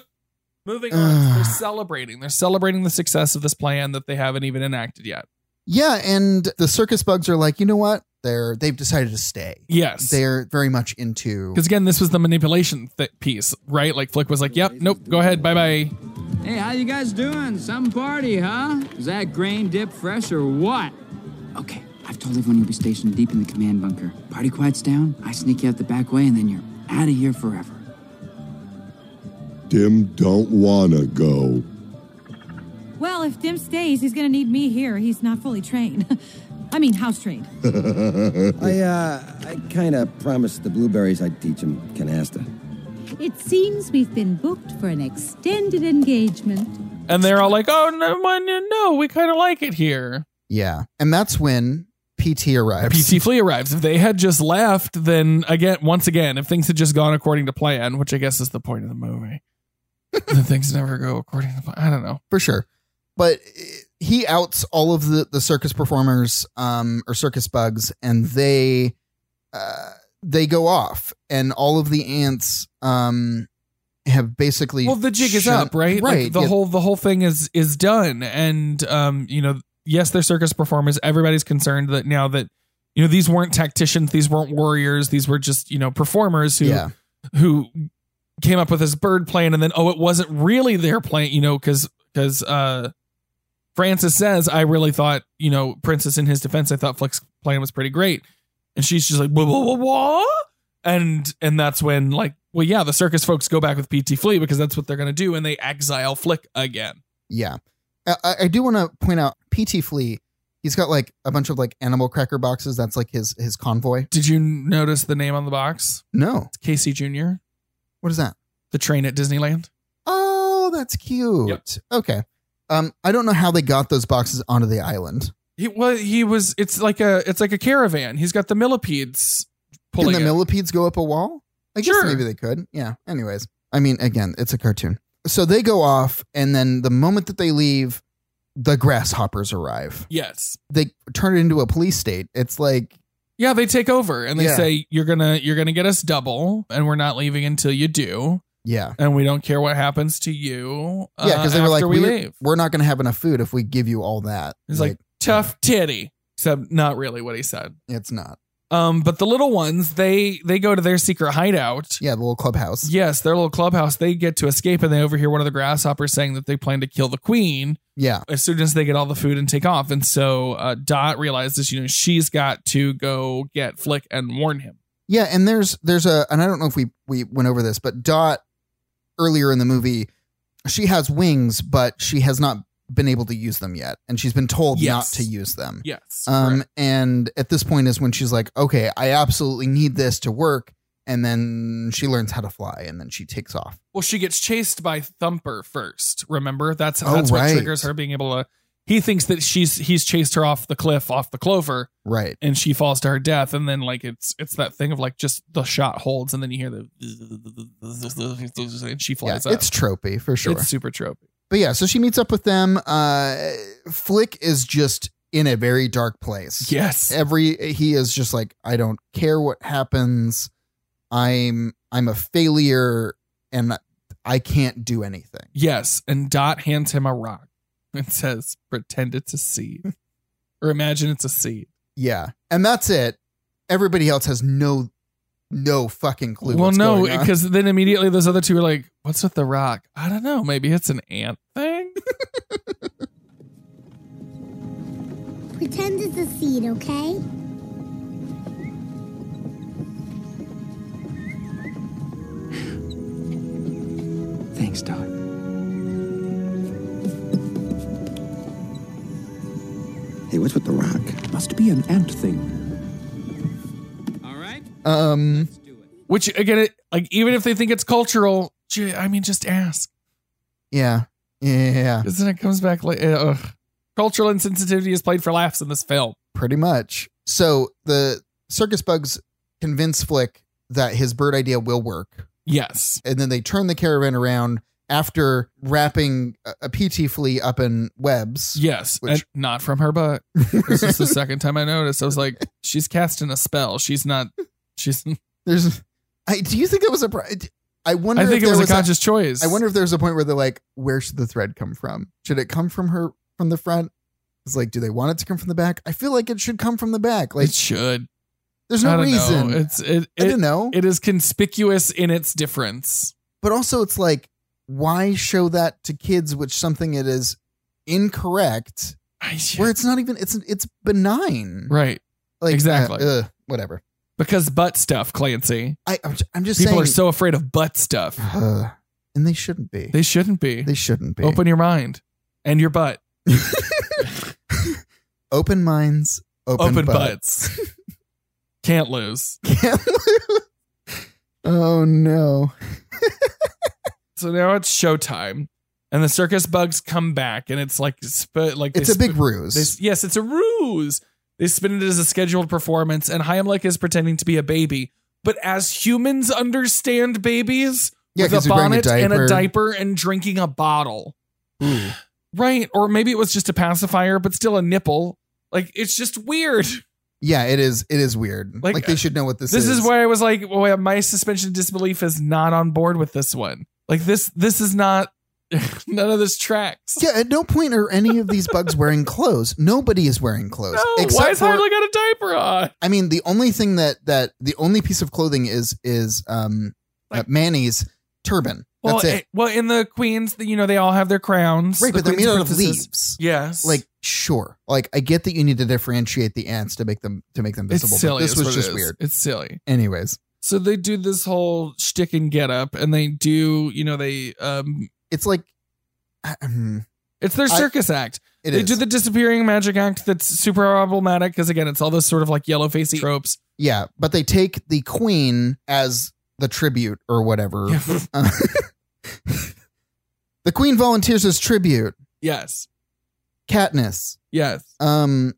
S1: Moving
S2: <sighs>
S1: on, they're celebrating. They're celebrating the success of this plan that they haven't even enacted yet.
S2: yeah. And the circus bugs are like, you know what? They're, they've decided to stay.
S1: Yes,
S2: They're very much into,
S1: Because again, this was the manipulation th- piece, right? Like Flick was like, "Yep, nope, go ahead, bye bye."
S4: Hey, how you guys doing? Some party, huh? Is that grain dip fresh or what? Okay, I've told everyone you'll be stationed deep in the command bunker. Party quiets down, I sneak you out the back way, and then you're out of here forever.
S10: Dim don't wanna go.
S5: Well, if Dim stays, he's gonna need me here. He's not fully trained. <laughs> I mean, house trained.
S11: I, uh, I kind of promised the blueberries I'd teach him canasta.
S3: It seems we've been booked for an extended engagement.
S1: And they're all like, "Oh no, my- no, no, we kind of like it here."
S2: yeah. And that's when PT arrives.
S1: PT Flea arrives. If they had just left, then again, once again, if things had just gone according to plan, which I guess is the point of the movie, <laughs> then things never go according to plan. I don't know.
S2: for sure. But uh, he outs all of the, the circus performers um, or circus bugs, and they uh, they go off, and all of the ants um, have basically
S1: Well, the jig is
S2: shut-
S1: up, right?
S2: Right.
S1: Like the
S2: yeah.
S1: whole the whole thing is is done, and um, you know, yes, they're circus performers. Everybody's concerned that now that you know these weren't tacticians, these weren't warriors, these were just you know performers who.
S2: yeah,
S1: who came up with this bird plane and then oh it wasn't really their plane you know because because uh francis says i really thought you know princess in his defense i thought flick's plane was pretty great and she's just like whoa whoa whoa whoa and and that's when like well yeah the circus folks go back with pt flea because that's what they're gonna do and they exile flick again
S2: yeah. I- I, I do want to point out PT Flea. He's got like a bunch of like animal cracker boxes. That's like his his convoy.
S1: did you notice the name on the box
S2: No,
S1: it's casey jr
S2: what is that?
S1: the train at disneyland
S2: Oh, that's cute. Okay. Um, I don't know how they got those boxes onto the island.
S1: he was he was it's like a it's like a caravan he's got the millipedes pulling
S2: Can the
S1: it.
S2: millipedes go up a wall? I guess
S1: Sure.
S2: maybe they could. Yeah. Anyways, I mean, again, it's a cartoon. So they go off, and then the moment that they leave, the grasshoppers arrive.
S1: Yes.
S2: They turn it into a police state. It's like,
S1: Yeah, they take over and they
S2: Yeah.
S1: say you're going to you're going to get us double and we're not leaving until you do
S2: yeah,
S1: and we don't care what happens to you.
S2: yeah, because they
S1: uh,
S2: were like,
S1: after we
S2: "We're-
S1: leave.
S2: we're not going to have enough food if we give you all that.
S1: It's like, tough titty. Except not really what he said.
S2: it's not.
S1: Um but the little ones, they they go to their secret hideout.
S2: Yeah, the little clubhouse.
S1: Yes, their little clubhouse, they get to escape and they overhear one of the grasshoppers saying that they plan to kill the queen
S2: Yeah,
S1: as soon as they get all the food and take off. And so uh, Dot realizes, you know, she's got to go get Flick and warn him.
S2: yeah, and there's there's a, and I don't know if we we went over this, but Dot earlier in the movie, she has wings, but she has not been able to use them yet, and she's been told
S1: Yes.
S2: not to use them.
S1: Yes.
S2: Um, and at this point is when she's like, okay, I absolutely need this to work. And then she learns how to fly and then she takes off.
S1: Well, she gets chased by Thumper first. Remember, that's
S2: Oh,
S1: that's
S2: right.
S1: what triggers her being able to. He thinks that she's he's chased her off the cliff, off the clover,
S2: Right.
S1: and she falls to her death. And then like it's it's that thing of like just the shot holds, and then you hear the and she
S2: Yeah,
S1: flies up.
S2: it's tropey for sure.
S1: It's super tropey.
S2: But yeah, so she meets up with them. Uh, Flick is just in a very dark place.
S1: Yes.
S2: Every he is just like, I don't care what happens. I'm I'm a failure and I can't do anything.
S1: Yes, and Dot hands him a rock and says, "Pretend it's a seed, or imagine it's a seed."
S2: Yeah. And that's it. Everybody else has no no fucking clue.
S1: well,
S2: what's
S1: no,
S2: going on.
S1: because then immediately those other two are like, "What's with the rock?" I don't know. Maybe it's an ant thing.
S7: Pretend it's a seed, okay?
S4: Thanks, Doc.
S11: Hey, what's with the rock?
S4: Must be an ant thing.
S2: um,
S1: Which again, it, like even if they think it's cultural, ju- I mean, just ask.
S2: yeah, yeah, yeah,
S1: Because then it comes back like, uh, ugh. cultural insensitivity is played for laughs in this film.
S2: pretty much. So the circus bugs convince Flick that his bird idea will work,
S1: Yes,
S2: and then they turn the caravan around after wrapping a, a PT flea up in webs.
S1: <laughs> yes,
S2: Which-
S1: and not from her butt. this is the second time I noticed. I was like, she's casting a spell. She's not. She's.
S2: There's, I do you think that was a? pri- I wonder.
S1: I think
S2: if
S1: it
S2: there
S1: was,
S2: was
S1: a conscious choice.
S2: I wonder if there's a point where they're like, where should the thread come from? Should it come from her from the front? It's like, do they want it to come from the back? I feel like it should come from the back. Like,
S1: it should.
S2: there's no
S1: I don't know.
S2: reason.
S1: It's it.
S2: I don't
S1: it,
S2: know.
S1: it is conspicuous in its difference.
S2: but also, it's like, why show that to kids? Which something it is incorrect,
S1: I
S2: where it's not even. It's it's benign.
S1: right
S2: Like
S1: exactly.
S2: uh, ugh, whatever.
S1: because butt stuff, Clancy.
S2: I I'm, j- I'm just
S1: People
S2: saying.
S1: are so afraid of butt stuff.
S2: Ugh. <sighs> and they shouldn't be. They,
S1: They shouldn't be.
S2: shouldn't be.
S1: Open your mind and your butt.
S2: Open minds. Open,
S1: Open,
S2: butt.
S1: butts. <laughs> Can't lose.
S2: <laughs> oh no.
S1: So now it's showtime, and the circus bugs come back, and it's like sp- like they
S2: It's a
S1: sp-
S2: big ruse.
S1: They, yes, it's a ruse. They spin it as a scheduled performance, and Heimlich is pretending to be a baby. But as humans understand babies,
S2: Yeah,
S1: with
S2: 'cause
S1: a
S2: you're wearing a
S1: bonnet and
S2: diaper.
S1: a diaper and drinking a bottle. Right. Or maybe it was just a pacifier, but still a nipple. Like, it's just weird.
S2: Yeah, it is. It is weird. Like,
S1: Like,
S2: they should know what this,
S1: This
S2: is.
S1: is why I was like, well, my suspension of disbelief is not on board with this one. Like, this, this is not, <laughs> none of this tracks.
S2: Yeah, at no point are any of these bugs wearing clothes. Nobody is wearing clothes.
S1: No, why is Heimlich got a diaper on?
S2: I mean, the only thing that that the only piece of clothing is is um uh, Manny's turban.
S1: Well,
S2: That's it.
S1: eh, well, in the Queens, you know, they all have their crowns.
S2: right,
S1: the
S2: but they're
S1: queens
S2: made out
S1: and
S2: of
S1: princesses.
S2: leaves.
S1: Yes.
S2: Like, sure. Like, I get that you need to differentiate the ants to make them to make them
S1: it's
S2: visible.
S1: silly.
S2: But this
S1: is what
S2: was
S1: it
S2: just
S1: is.
S2: weird.
S1: It's silly.
S2: Anyways,
S1: So they do this whole shtick and get up, and they do, you know, they um,
S2: it's like um,
S1: it's their
S2: I-
S1: circus act.
S2: it
S1: they
S2: is.
S1: do the disappearing magic act that's super problematic because again, it's all those sort of like yellow facey tropes.
S2: yeah, but they take the queen as the tribute or whatever. Uh, the queen volunteers as tribute.
S1: <laughs> yes,
S2: Katniss.
S1: yes,
S2: Um,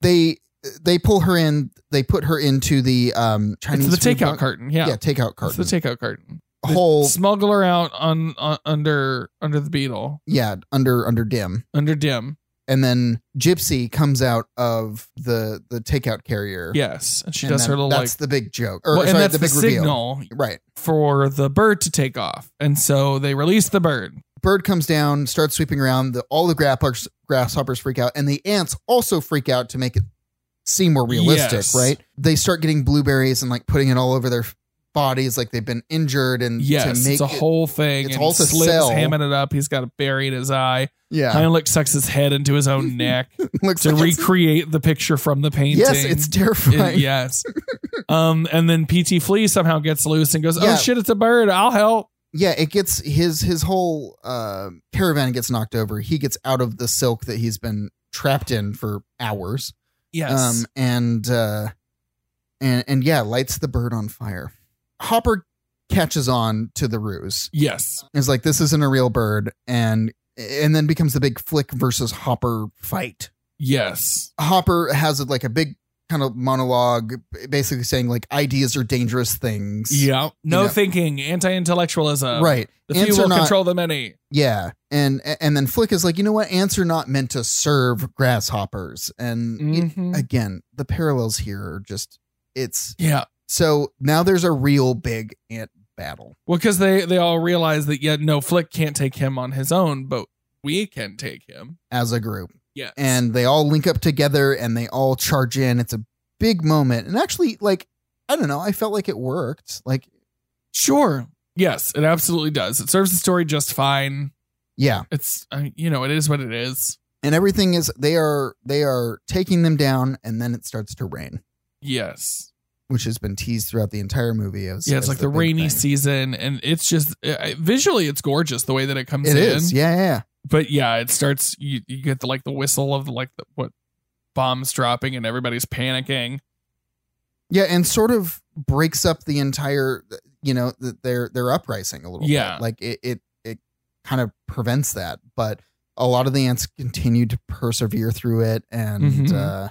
S2: they they pull her in. They put her into the um Chinese
S1: it's the
S2: food
S1: takeout
S2: bu-
S1: carton. Yeah,
S2: Yeah, takeout carton.
S1: it's the takeout carton. They
S2: Whole
S1: smuggle her out on, on under under the beetle
S2: yeah under under dim,
S1: under dim.
S2: and then Gypsy comes out of the the takeout carrier.
S1: Yes, and she
S2: And
S1: does
S2: that-
S1: her little like,
S2: That's the big joke, or
S1: Well, and
S2: sorry,
S1: that's
S2: the big reveal.
S1: signal
S2: Right.
S1: for the bird to take off, and so they release the bird.
S2: Bird comes down, starts sweeping around. The, all the grapplers, grasshoppers freak out, and the ants also freak out to make it seem more realistic,
S1: Yes.
S2: right? They start getting blueberries and like putting it all over their bodies, like they've been injured, and
S1: Yes,
S2: to make
S1: it's a
S2: it-
S1: whole thing.
S2: it's
S1: and
S2: all to
S1: Slim's
S2: sell.
S1: hamming it up. He's got a berry in his eye.
S2: yeah.
S1: Heimlich sucks his head into his own neck
S2: <laughs> Looks
S1: to
S2: like it's-
S1: recreate the picture from the painting.
S2: Yes, it's <laughs>
S1: It-
S2: terrifying. yeah.
S1: yes. um, and then PT Flea somehow gets loose and goes,
S2: Yeah.
S1: "Oh shit, it's a bird! I'll help."
S2: it gets his his whole uh, caravan gets knocked over. He gets out of the silk that he's been trapped in for hours.
S1: Yes,
S2: Um and uh and and yeah, lights the bird on fire. Hopper catches on to the ruse.
S1: yes,
S2: Is like this isn't a real bird and and then becomes the big Flick versus Hopper fight.
S1: yes.
S2: Hopper has like a big kind of monologue, basically saying like ideas are dangerous things.
S1: Yeah. No
S2: You know?
S1: thinking, anti intellectualism.
S2: Right.
S1: The few
S2: Ants are
S1: will
S2: not-
S1: control the many.
S2: Yeah, and and then Flick is like, you know what? Ants are not meant to serve grasshoppers, and
S1: Mm-hmm.
S2: it- again, the parallels here are just it's
S1: Yeah.
S2: So now there's a real big ant battle.
S1: Well, because they, they all realize that, yeah, no, Flick can't take him on his own, but we can take him.
S2: as a group.
S1: Yes.
S2: And they all link up together and they all charge in. It's a big moment. And actually, like, I don't know, I felt like it worked. Like,
S1: Sure. Yes, it absolutely does. It serves the story just fine.
S2: yeah.
S1: It's, uh, you know, it is what it is.
S2: And everything is they are they are taking them down and then it starts to rain,
S1: Yes.
S2: which has been teased throughout the entire movie as
S1: Yeah, it's
S2: as
S1: like the,
S2: big
S1: rainy
S2: thing.
S1: season, and it's just uh, visually it's gorgeous the way that it comes
S2: It
S1: in.
S2: is. Yeah, yeah, yeah.
S1: but yeah, it starts. You, you get the like the whistle of like the, what bombs dropping, and everybody's panicking.
S2: Yeah, and sort of breaks up the entire you know, th- their their uprising a little
S1: Yeah.
S2: bit. Uh, Like it it it kind of prevents that, but a lot of the ants continue to persevere through it and
S1: Mhm.
S2: uh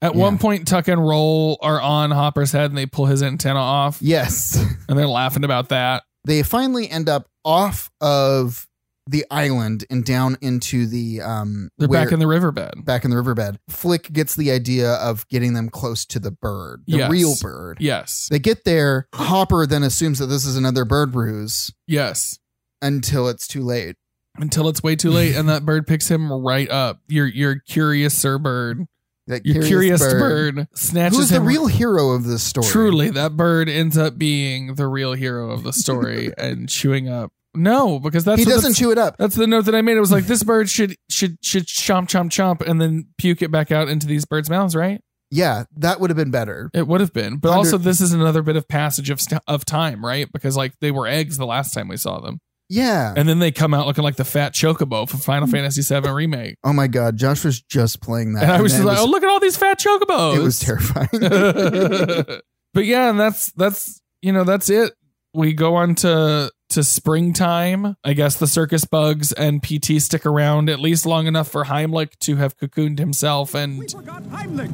S1: At
S2: Yeah.
S1: one point, Tuck and Roll are on Hopper's head, and they pull his antenna off,
S2: yes. <laughs>
S1: and they're laughing about that.
S2: they finally end up off of the island and down into the um
S1: They're
S2: where-
S1: back in the riverbed.
S2: back in the riverbed. Flick gets the idea of getting them close to the bird, the
S1: Yes.
S2: real bird.
S1: Yes,
S2: They get there, Hopper then assumes that this is another bird ruse
S1: yes.
S2: until it's too late.
S1: Until it's way too late, and that bird picks him right up. Your your curious sir bird,
S2: That
S1: your curious, bird. snatches
S2: Who's the
S1: him
S2: real hero of this story?
S1: Truly, that bird ends up being the real hero of the story
S2: <laughs>
S1: and chewing up. No, because that's
S2: He
S1: what the-
S2: doesn't chew it up.
S1: That's the note that I made. It was like this bird should should should chomp chomp chomp and then puke it back out into these birds' mouths, right?
S2: Yeah, that would have been better.
S1: It would have been, but
S2: Under-
S1: also this is another bit of passage of st- of time, right? Because like they were eggs the last time we saw them,
S2: Yeah.
S1: and then they come out looking like the fat chocobo from Final
S2: Hmm.
S1: Fantasy VII remake,
S2: oh my god, Josh was just playing that.
S1: and I was just
S2: it
S1: like, oh look at all these fat chocobos.
S2: it was terrifying.
S1: <laughs> but yeah, and that's that's you know that's it. We go on to to springtime. I guess the circus bugs and PT stick around at least long enough for Heimlich to have cocooned himself, and
S8: forgot Heimlich.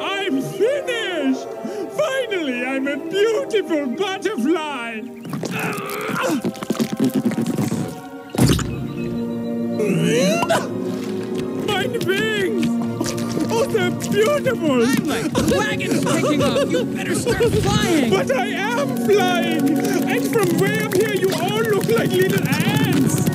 S8: I'm finished. Finally, I'm a beautiful butterfly. Mine wings. Oh, they're beautiful.
S5: I'm like, the wagon's taking off. You better start flying.
S8: But I am flying! And from way up here, you all look like little ants!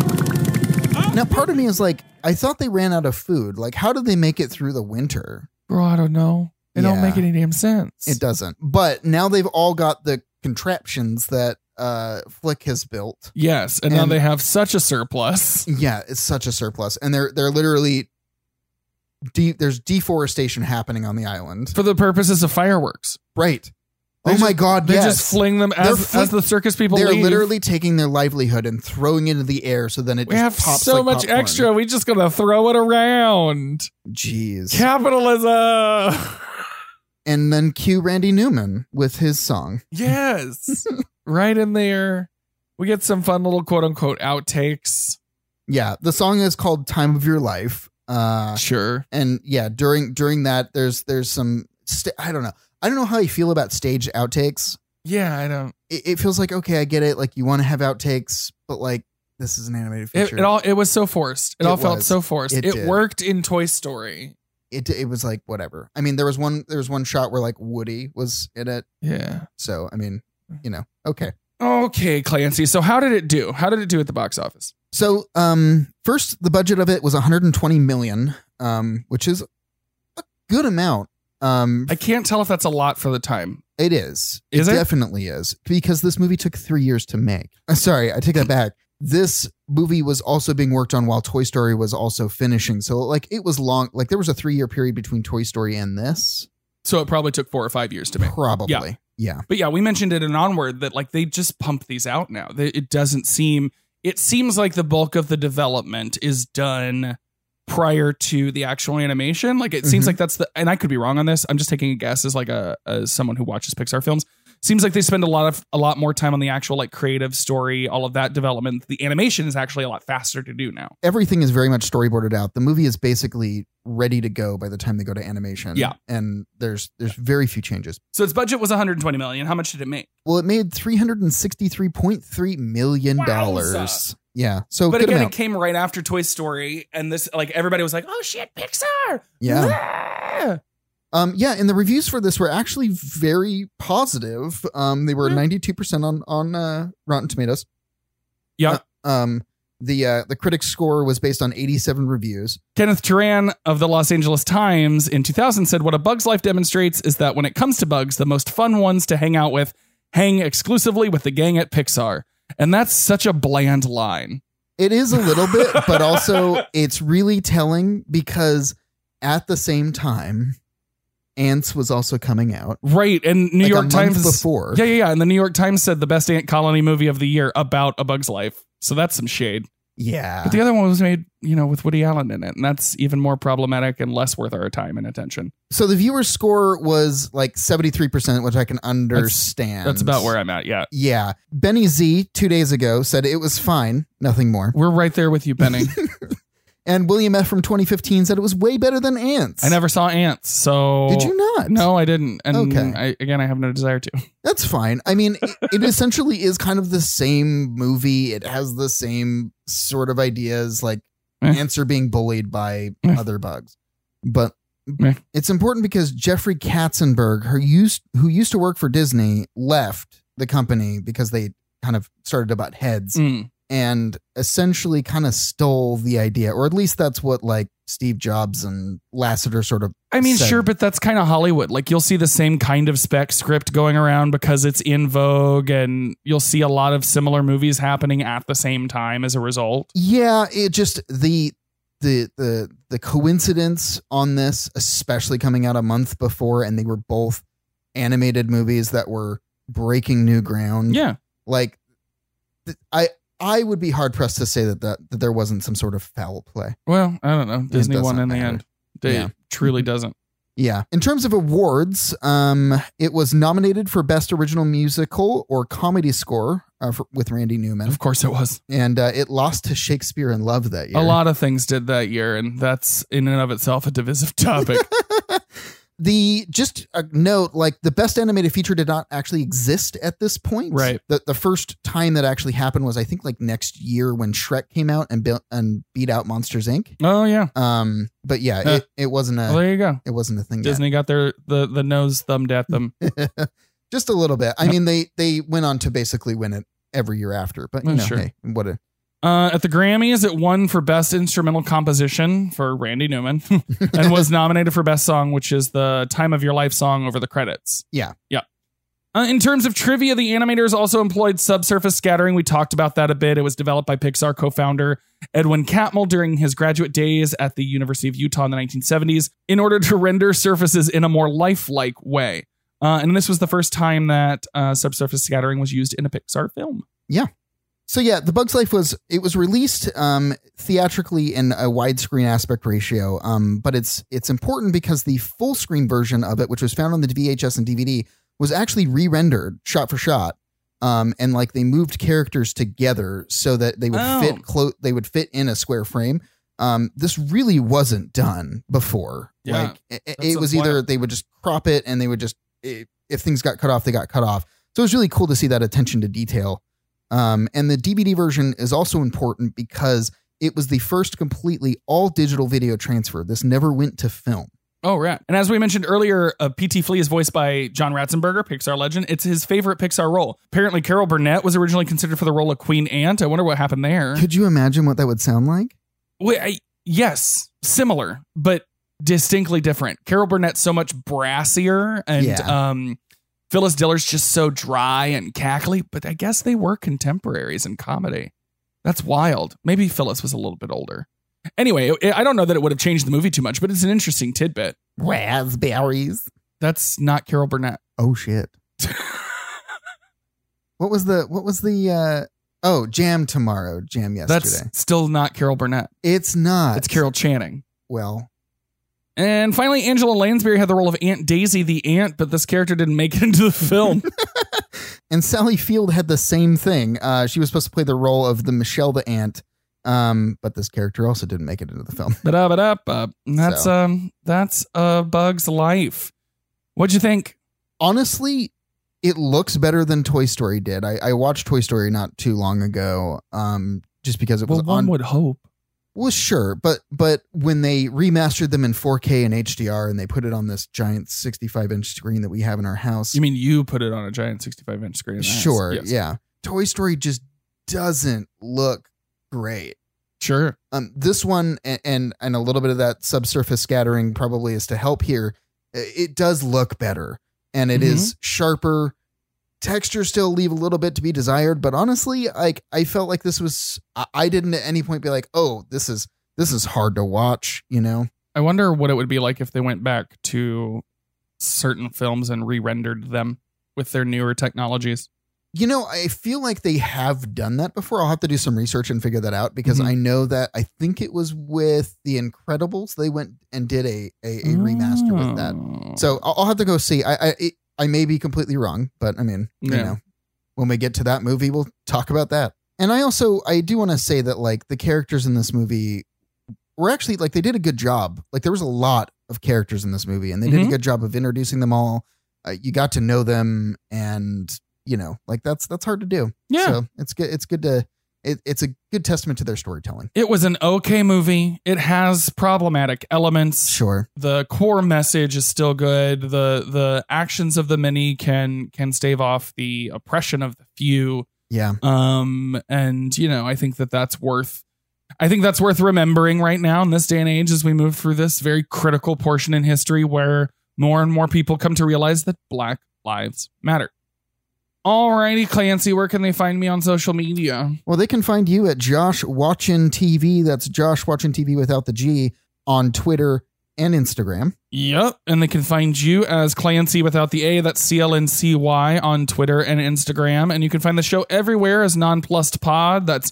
S2: Now, part of me is like, I thought they ran out of food. Like, how did they make it through the winter?
S1: bro, I don't know. It don't
S2: Yeah.
S1: make any damn sense.
S2: It doesn't. But now they've all got the contraptions that uh, Flick has built.
S1: Yes, and, now
S2: And-
S1: they have such a surplus.
S2: Yeah, it's such a surplus, and they're they're literally de- there's deforestation happening on the island.
S1: For the purposes of fireworks,
S2: Right.
S1: They
S2: oh
S1: just-
S2: my God!
S1: they
S2: yes.
S1: just fling them
S2: They're
S1: as,
S2: flick-
S1: as the circus people.
S2: They're
S1: leave.
S2: literally taking their livelihood and throwing it into the air, so then it
S1: We
S2: just
S1: have
S2: pops
S1: so
S2: like
S1: much
S2: popcorn.
S1: extra. We just gonna throw it around.
S2: Jeez.
S1: Capitalism. <laughs>
S2: and then cue Randy Newman with his song.
S1: <laughs> Yes. right in there. We get some fun little quote unquote outtakes.
S2: Yeah, the song is called "Time of Your Life." Uh,
S1: Sure.
S2: and yeah during during that there's there's some st- i don't know i don't know how you feel about staged outtakes
S1: Yeah, I don't.
S2: it, it feels like okay i get it like you want to have outtakes but like this is an animated
S1: It,
S2: feature
S1: it all it was so forced. It,
S2: It
S1: all felt
S2: was.
S1: so forced. It,
S2: It did.
S1: worked in Toy Story.
S2: it, it was like whatever i mean there was one there was one shot where like woody was in it
S1: Yeah.
S2: so i mean you know okay
S1: Okay, Clancy. So how did it do? How did it do at the box office?
S2: so um first the budget of it was 120 million um which is a good amount um
S1: I can't tell if that's a lot for the time.
S2: It is.
S1: Is it?
S2: definitely is because this movie took three years to make. Uh, Sorry, I take that back. This movie was also being worked on while Toy Story was also finishing. So like it was long. Like there was a three year period between Toy Story and this.
S1: So it probably took four or five years to make.
S2: Probably.
S1: Yeah. But yeah, we mentioned it in Onward that like they just pump these out now. They- It doesn't seem it seems like the bulk of the development is done prior to the actual animation. Like it seems
S2: Mhm.
S1: like that's the and I could be wrong on this. I'm just taking a guess as like a as someone who watches Pixar films. seems like they spend a lot of a lot more time on the actual like creative story, all of that development. The animation is actually a lot faster to do now.
S2: Everything is very much storyboarded out. The movie is basically ready to go by the time they go to animation.
S1: Yeah.
S2: and there's there's very few changes.
S1: So its budget was 120 million. How much did it make?
S2: Well, it made three hundred and sixty three point three million dollars.
S1: Wowza.
S2: Yeah, so
S1: but
S2: good
S1: again,
S2: amount.
S1: it came right after Toy Story, and this like everybody was like, "Oh shit, Pixar!"
S2: Yeah. Um, yeah, and the reviews for this were actually very positive. Um, they were
S1: Mm-hmm.
S2: ninety two percent on on uh, Rotten Tomatoes.
S1: Yeah.
S2: Uh, um, the uh, the critic score was based on eighty seven reviews.
S1: Kenneth Turan of the Los Angeles Times in 2000 said, What a bug's life demonstrates is that when it comes to bugs, the most fun ones to hang out with hang exclusively with the gang at Pixar. And that's such a bland line.
S2: It is a little
S1: <laughs>
S2: bit, but also it's really telling because at the same time, Ants was also coming out.
S1: Right. And New
S2: Like a
S1: York
S2: month
S1: Times
S2: before.
S1: Yeah, yeah, yeah. And the New York Times said the best ant colony movie of the year about a bug's life. So that's some shade.
S2: Yeah,
S1: But the other one was made, you know, with Woody Allen in it. And that's even more problematic and less worth our time and attention.
S2: so the viewer score was like seventy three percent, which I can understand.
S1: That's about where I'm at. Yeah.
S2: Yeah. Benny Z two days ago said it was fine, nothing more.
S1: We're right there with you,
S2: <laughs>
S1: Benny.
S2: And William F. from 2015 said it was way better than Ants.
S1: I never saw ants, so
S2: Did you not?
S1: No, I didn't. And
S2: Okay.
S1: I, again, I have no desire to.
S2: That's fine. I mean, it, it essentially is kind of the same movie. It has the same sort of ideas, like
S1: Eh.
S2: ants are being bullied by
S1: Eh.
S2: other bugs. But
S1: Eh.
S2: it's important because Jeffrey Katzenberg, who used who used to work for Disney, left the company because they kind of started to butt heads.
S1: Mm.
S2: and essentially kind of stole the idea, or at least that's what like Steve Jobs and Lasseter sort of.
S1: I mean,
S2: said.
S1: sure, but that's kind of Hollywood. Like you'll see the same kind of spec script going around because it's in vogue, and you'll see a lot of similar movies happening at the same time as a result.
S2: Yeah, it just the the the the coincidence on this, especially coming out a month before, and they were both animated movies that were breaking new ground.
S1: Yeah,
S2: like th- I I would be hard pressed to say that that, that there wasn't some sort of foul play.
S1: well, I don't know. Disney won
S2: doesn't
S1: in the
S2: matter.
S1: end. They
S2: Yeah. Mm-hmm.
S1: truly doesn't.
S2: Yeah. In terms of awards, um, it was nominated for Best Original Musical or Comedy Score uh, for, with Randy Newman,
S1: Of course, it was.
S2: and uh, it lost to Shakespeare in Love that year.
S1: A lot of things did that year, and that's in and of itself a divisive <laughs>
S2: <laughs>
S1: topic.
S2: The just a note, like the Best Animated Feature did not actually exist at this point.
S1: Right.
S2: The the first time that actually happened was I think like next year when Shrek came out and built and beat out Monsters Inc.
S1: oh yeah,
S2: Um, but yeah,
S1: Huh.
S2: it, it wasn't a
S1: well, there you go.
S2: it wasn't a thing. yet.
S1: Disney got their the the nose thumbed at them.
S2: <laughs> just a little bit. I mean, they they went on to basically win it every year after, but you
S1: Well,
S2: know,
S1: sure.
S2: hey, what a
S1: Uh, at the Grammys, it won for Best Instrumental Composition for Randy Newman <laughs> and was nominated for Best Song, which is the Time of Your Life song over the credits.
S2: yeah.
S1: Uh, in terms of trivia, the animators also employed subsurface scattering. We talked about that a bit. It was developed by Pixar co founder Edwin Catmull during his graduate days at the University of Utah in the 1970s in order to render surfaces in a more lifelike way. Uh, and this was the first time that uh, subsurface scattering was used in a Pixar film.
S2: So yeah, The Bug's Life was it was released um, theatrically in a widescreen aspect ratio, um, but it's it's important because the full screen version of it, which was found on the VHS and DVD, was actually re rendered shot for shot, um, and like they moved characters together so that they would
S1: Oh.
S2: fit clo- they would fit in a square frame. Um, this really wasn't done before.
S1: Yeah.
S2: Like it- it,
S1: That's
S2: it
S1: the
S2: was
S1: point.
S2: either they would just crop it and they would just i if things got cut off, they got cut off. So it was really cool to see that attention to detail. Um, and the DVD version is also important because it was the first completely all digital video transfer. This never went to film.
S1: Oh, right. And as we mentioned earlier, uh, P.T. Flea is voiced by John Ratzenberger, Pixar legend. It's his favorite Pixar role. Apparently, Carol Burnett was originally considered for the role of Queen Ant. I wonder what happened there.
S2: Could you imagine what that would sound like?
S1: Wait, I, yes, similar, but distinctly different. Carol Burnett's so much brassier, and
S2: Yeah.
S1: um, Phyllis Diller's just so dry and cackly, but I guess they were contemporaries in comedy. That's wild. Maybe Phyllis was a little bit older. Anyway, I I don't know that it would have changed the movie too much, but it's an interesting tidbit.
S2: Raspberries.
S1: That's not Carol Burnett.
S2: Oh
S1: <laughs>
S2: shit. what was the what was the uh oh jam tomorrow, jam yesterday. Uh,
S1: That's still not Carol Burnett.
S2: it's not.
S1: It's Carol Channing.
S2: Well,
S1: <laughs>
S2: <laughs>
S1: And finally, Angela Lansbury had the role of Aunt Daisy the Ant, but this character didn't make it into the film.
S2: And Sally Field had the same thing. Uh, she was supposed to play the role of the Michelle the Ant, um, but this character also didn't make it into the film. <laughs>
S1: But up, but up. That's
S2: So.
S1: um, that's uh, Bug's life. What'd you think?
S2: honestly, it looks better than Toy Story did. I, I watched Toy Story not too long ago, um, just because it was
S1: Well, one
S2: on.
S1: would hope.
S2: well, sure, but but when they remastered them in 4K and HDR and they put it on this giant 65 inch screen that we have in our house,
S1: You mean you put it on a giant 65 inch screen? That's-
S2: sure,
S1: yes.
S2: yeah, Toy Story just doesn't look great.
S1: Sure.
S2: Um, this one and, and and a little bit of that subsurface scattering probably is to help here. I- It does look better and it is sharper. Textures still leave a little bit to be desired, but honestly, like I felt like this was I, I didn't at any point be like, oh, this is this is hard to watch, you know.
S1: I wonder what it would be like if they went back to certain films and re rendered them with their newer technologies.
S2: You know, I feel like they have done that before. I'll have to do some research and figure that out because
S1: Mhm.
S2: I know that I think it was with The Incredibles. They went and did a a, a remaster with that.
S1: Oh.
S2: So I'll, I'll have to go see. I I, it, I may be completely wrong, but I mean, you
S1: Yeah.
S2: know, when we get to that movie, we'll talk about that. And I also I do want to say that like the characters in this movie were actually like they did a good job. Like there was a lot of characters in this movie, and they did a
S1: Mhm.
S2: good job of introducing them all. Uh, you got to know them, and you know, like that's that's hard to do.
S1: Yeah.
S2: so it's good. It's good to. It, it's a good testament to their storytelling.
S1: It was an okay movie. It has problematic elements.
S2: Sure.
S1: The core message is still good. The the actions of the many can can stave off the oppression of the few.
S2: Yeah.
S1: Um and you know, I think that that's worth I think that's worth remembering right now in this day and age as we move through this very critical portion in history where more and more people come to realize that black lives matter. Alrighty, Clancy, where can they find me on social media?
S2: Well, they can find you at Josh Watchin TV. That's Josh Watchin TV without the G on Twitter and Instagram.
S1: Yep. And they can find you as Clancy without the A. That's C L N C Y on Twitter and Instagram. And you can find the show everywhere as Nonplussed Pod. That's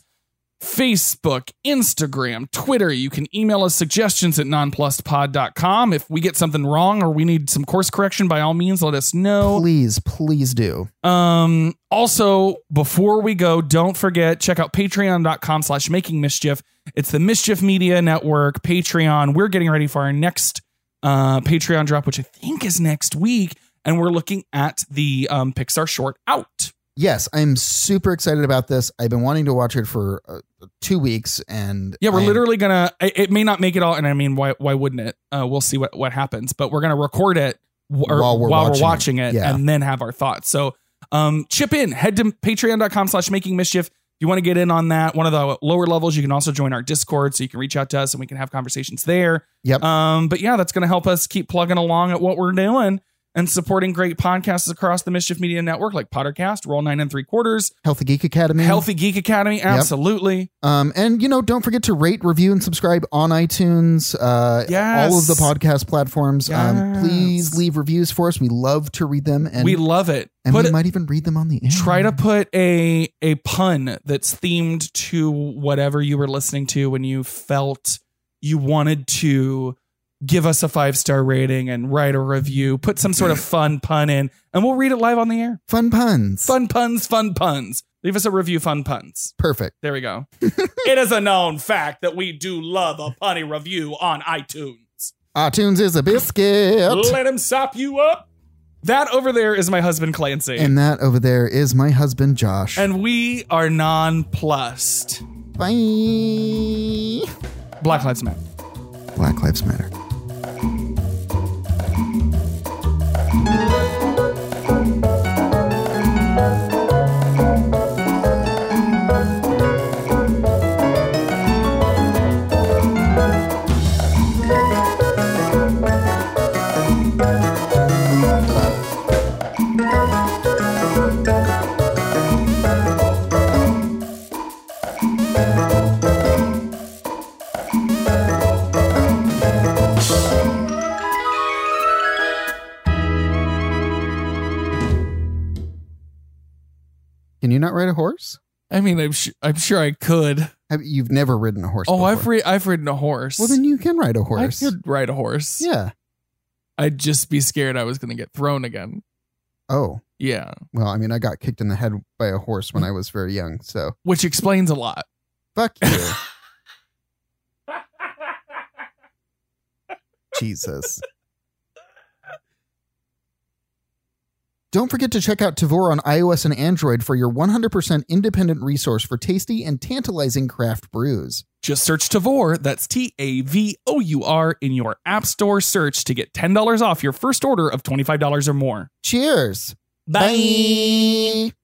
S1: Facebook, Instagram, Twitter. You can email us suggestions at nonplussedpod.com. If we get something wrong or we need some course correction, by all means, let us know.
S2: Please, please do.
S1: Um, also, before we go, don't forget, check out patreon.com slash making mischief. It's the Mischief Media Network, Patreon. We're getting ready for our next uh, Patreon drop, which I think is next week. And we're looking at the um, Pixar short out.
S2: Yes, I'm super excited about this. I've been wanting to watch it for uh, two weeks, and
S1: Yeah, we're
S2: I am-
S1: literally gonna. It, it may not make it all, and I mean, why? Why wouldn't it? Uh, we'll see what what happens. But we're gonna record it w- or
S2: While we're watching it.
S1: it,
S2: Yeah.
S1: and then have our thoughts. So, um, chip in. Head to Patreon.com/slash Making Mischief. If you want to get in on that, one of the lower levels, you can also join our Discord, so you can reach out to us and we can have conversations there.
S2: Yep.
S1: Um, but yeah, that's gonna help us keep plugging along at what we're doing and supporting great podcasts across the Mischief Media Network, like Pottercast, Roll Nine and Three Quarters,
S2: Healthy Geek Academy.
S1: Healthy Geek Academy. Absolutely.
S2: Um, and you know, don't forget to rate, review, and subscribe on iTunes. Uh,
S1: Yes.
S2: all of the podcast platforms. Um,
S1: Yes.
S2: please leave reviews for us. We love to read them, and
S1: we love it.
S2: and
S1: Put
S2: we
S1: it-
S2: might even read them on the air.
S1: try to put a a pun that's themed to whatever you were listening to when you felt you wanted to give us a five star rating and write a review put some sort of fun pun in and we'll read it live on the air
S2: fun puns.
S1: fun puns fun puns leave us a review fun puns
S2: Perfect.
S1: there we go it is a known fact that we do love a punny review on itunes
S2: iTunes is a biscuit.
S1: let him sop you up that over there is my husband clancy
S2: And that over there is my husband, Josh.
S1: and we are nonplussed
S2: Bye.
S1: black lives matter
S2: Black Lives Matter. Can you not ride a horse?
S1: I mean, I'm su- I'm sure I could.
S2: Have, you've never ridden a horse.
S1: Oh, I've
S2: before.
S1: ri- I've ridden a horse.
S2: Well, then you can ride a
S1: I
S2: horse.
S1: could ride a horse.
S2: Yeah.
S1: I'd just be scared I was going to get thrown again.
S2: Oh.
S1: Yeah.
S2: Well, I mean, I got kicked in the head by a horse when I was very young, so.
S1: Which explains a lot.
S2: Fuck you. Jesus. Don't forget to check out Tavor on iOS and Android for your 100% independent resource for tasty and tantalizing craft brews.
S1: Just search Tavor, that's T A V O U R, in your App Store search to get $10 off your first order of $25 or more.
S2: Cheers.
S1: Bye.
S2: Bye.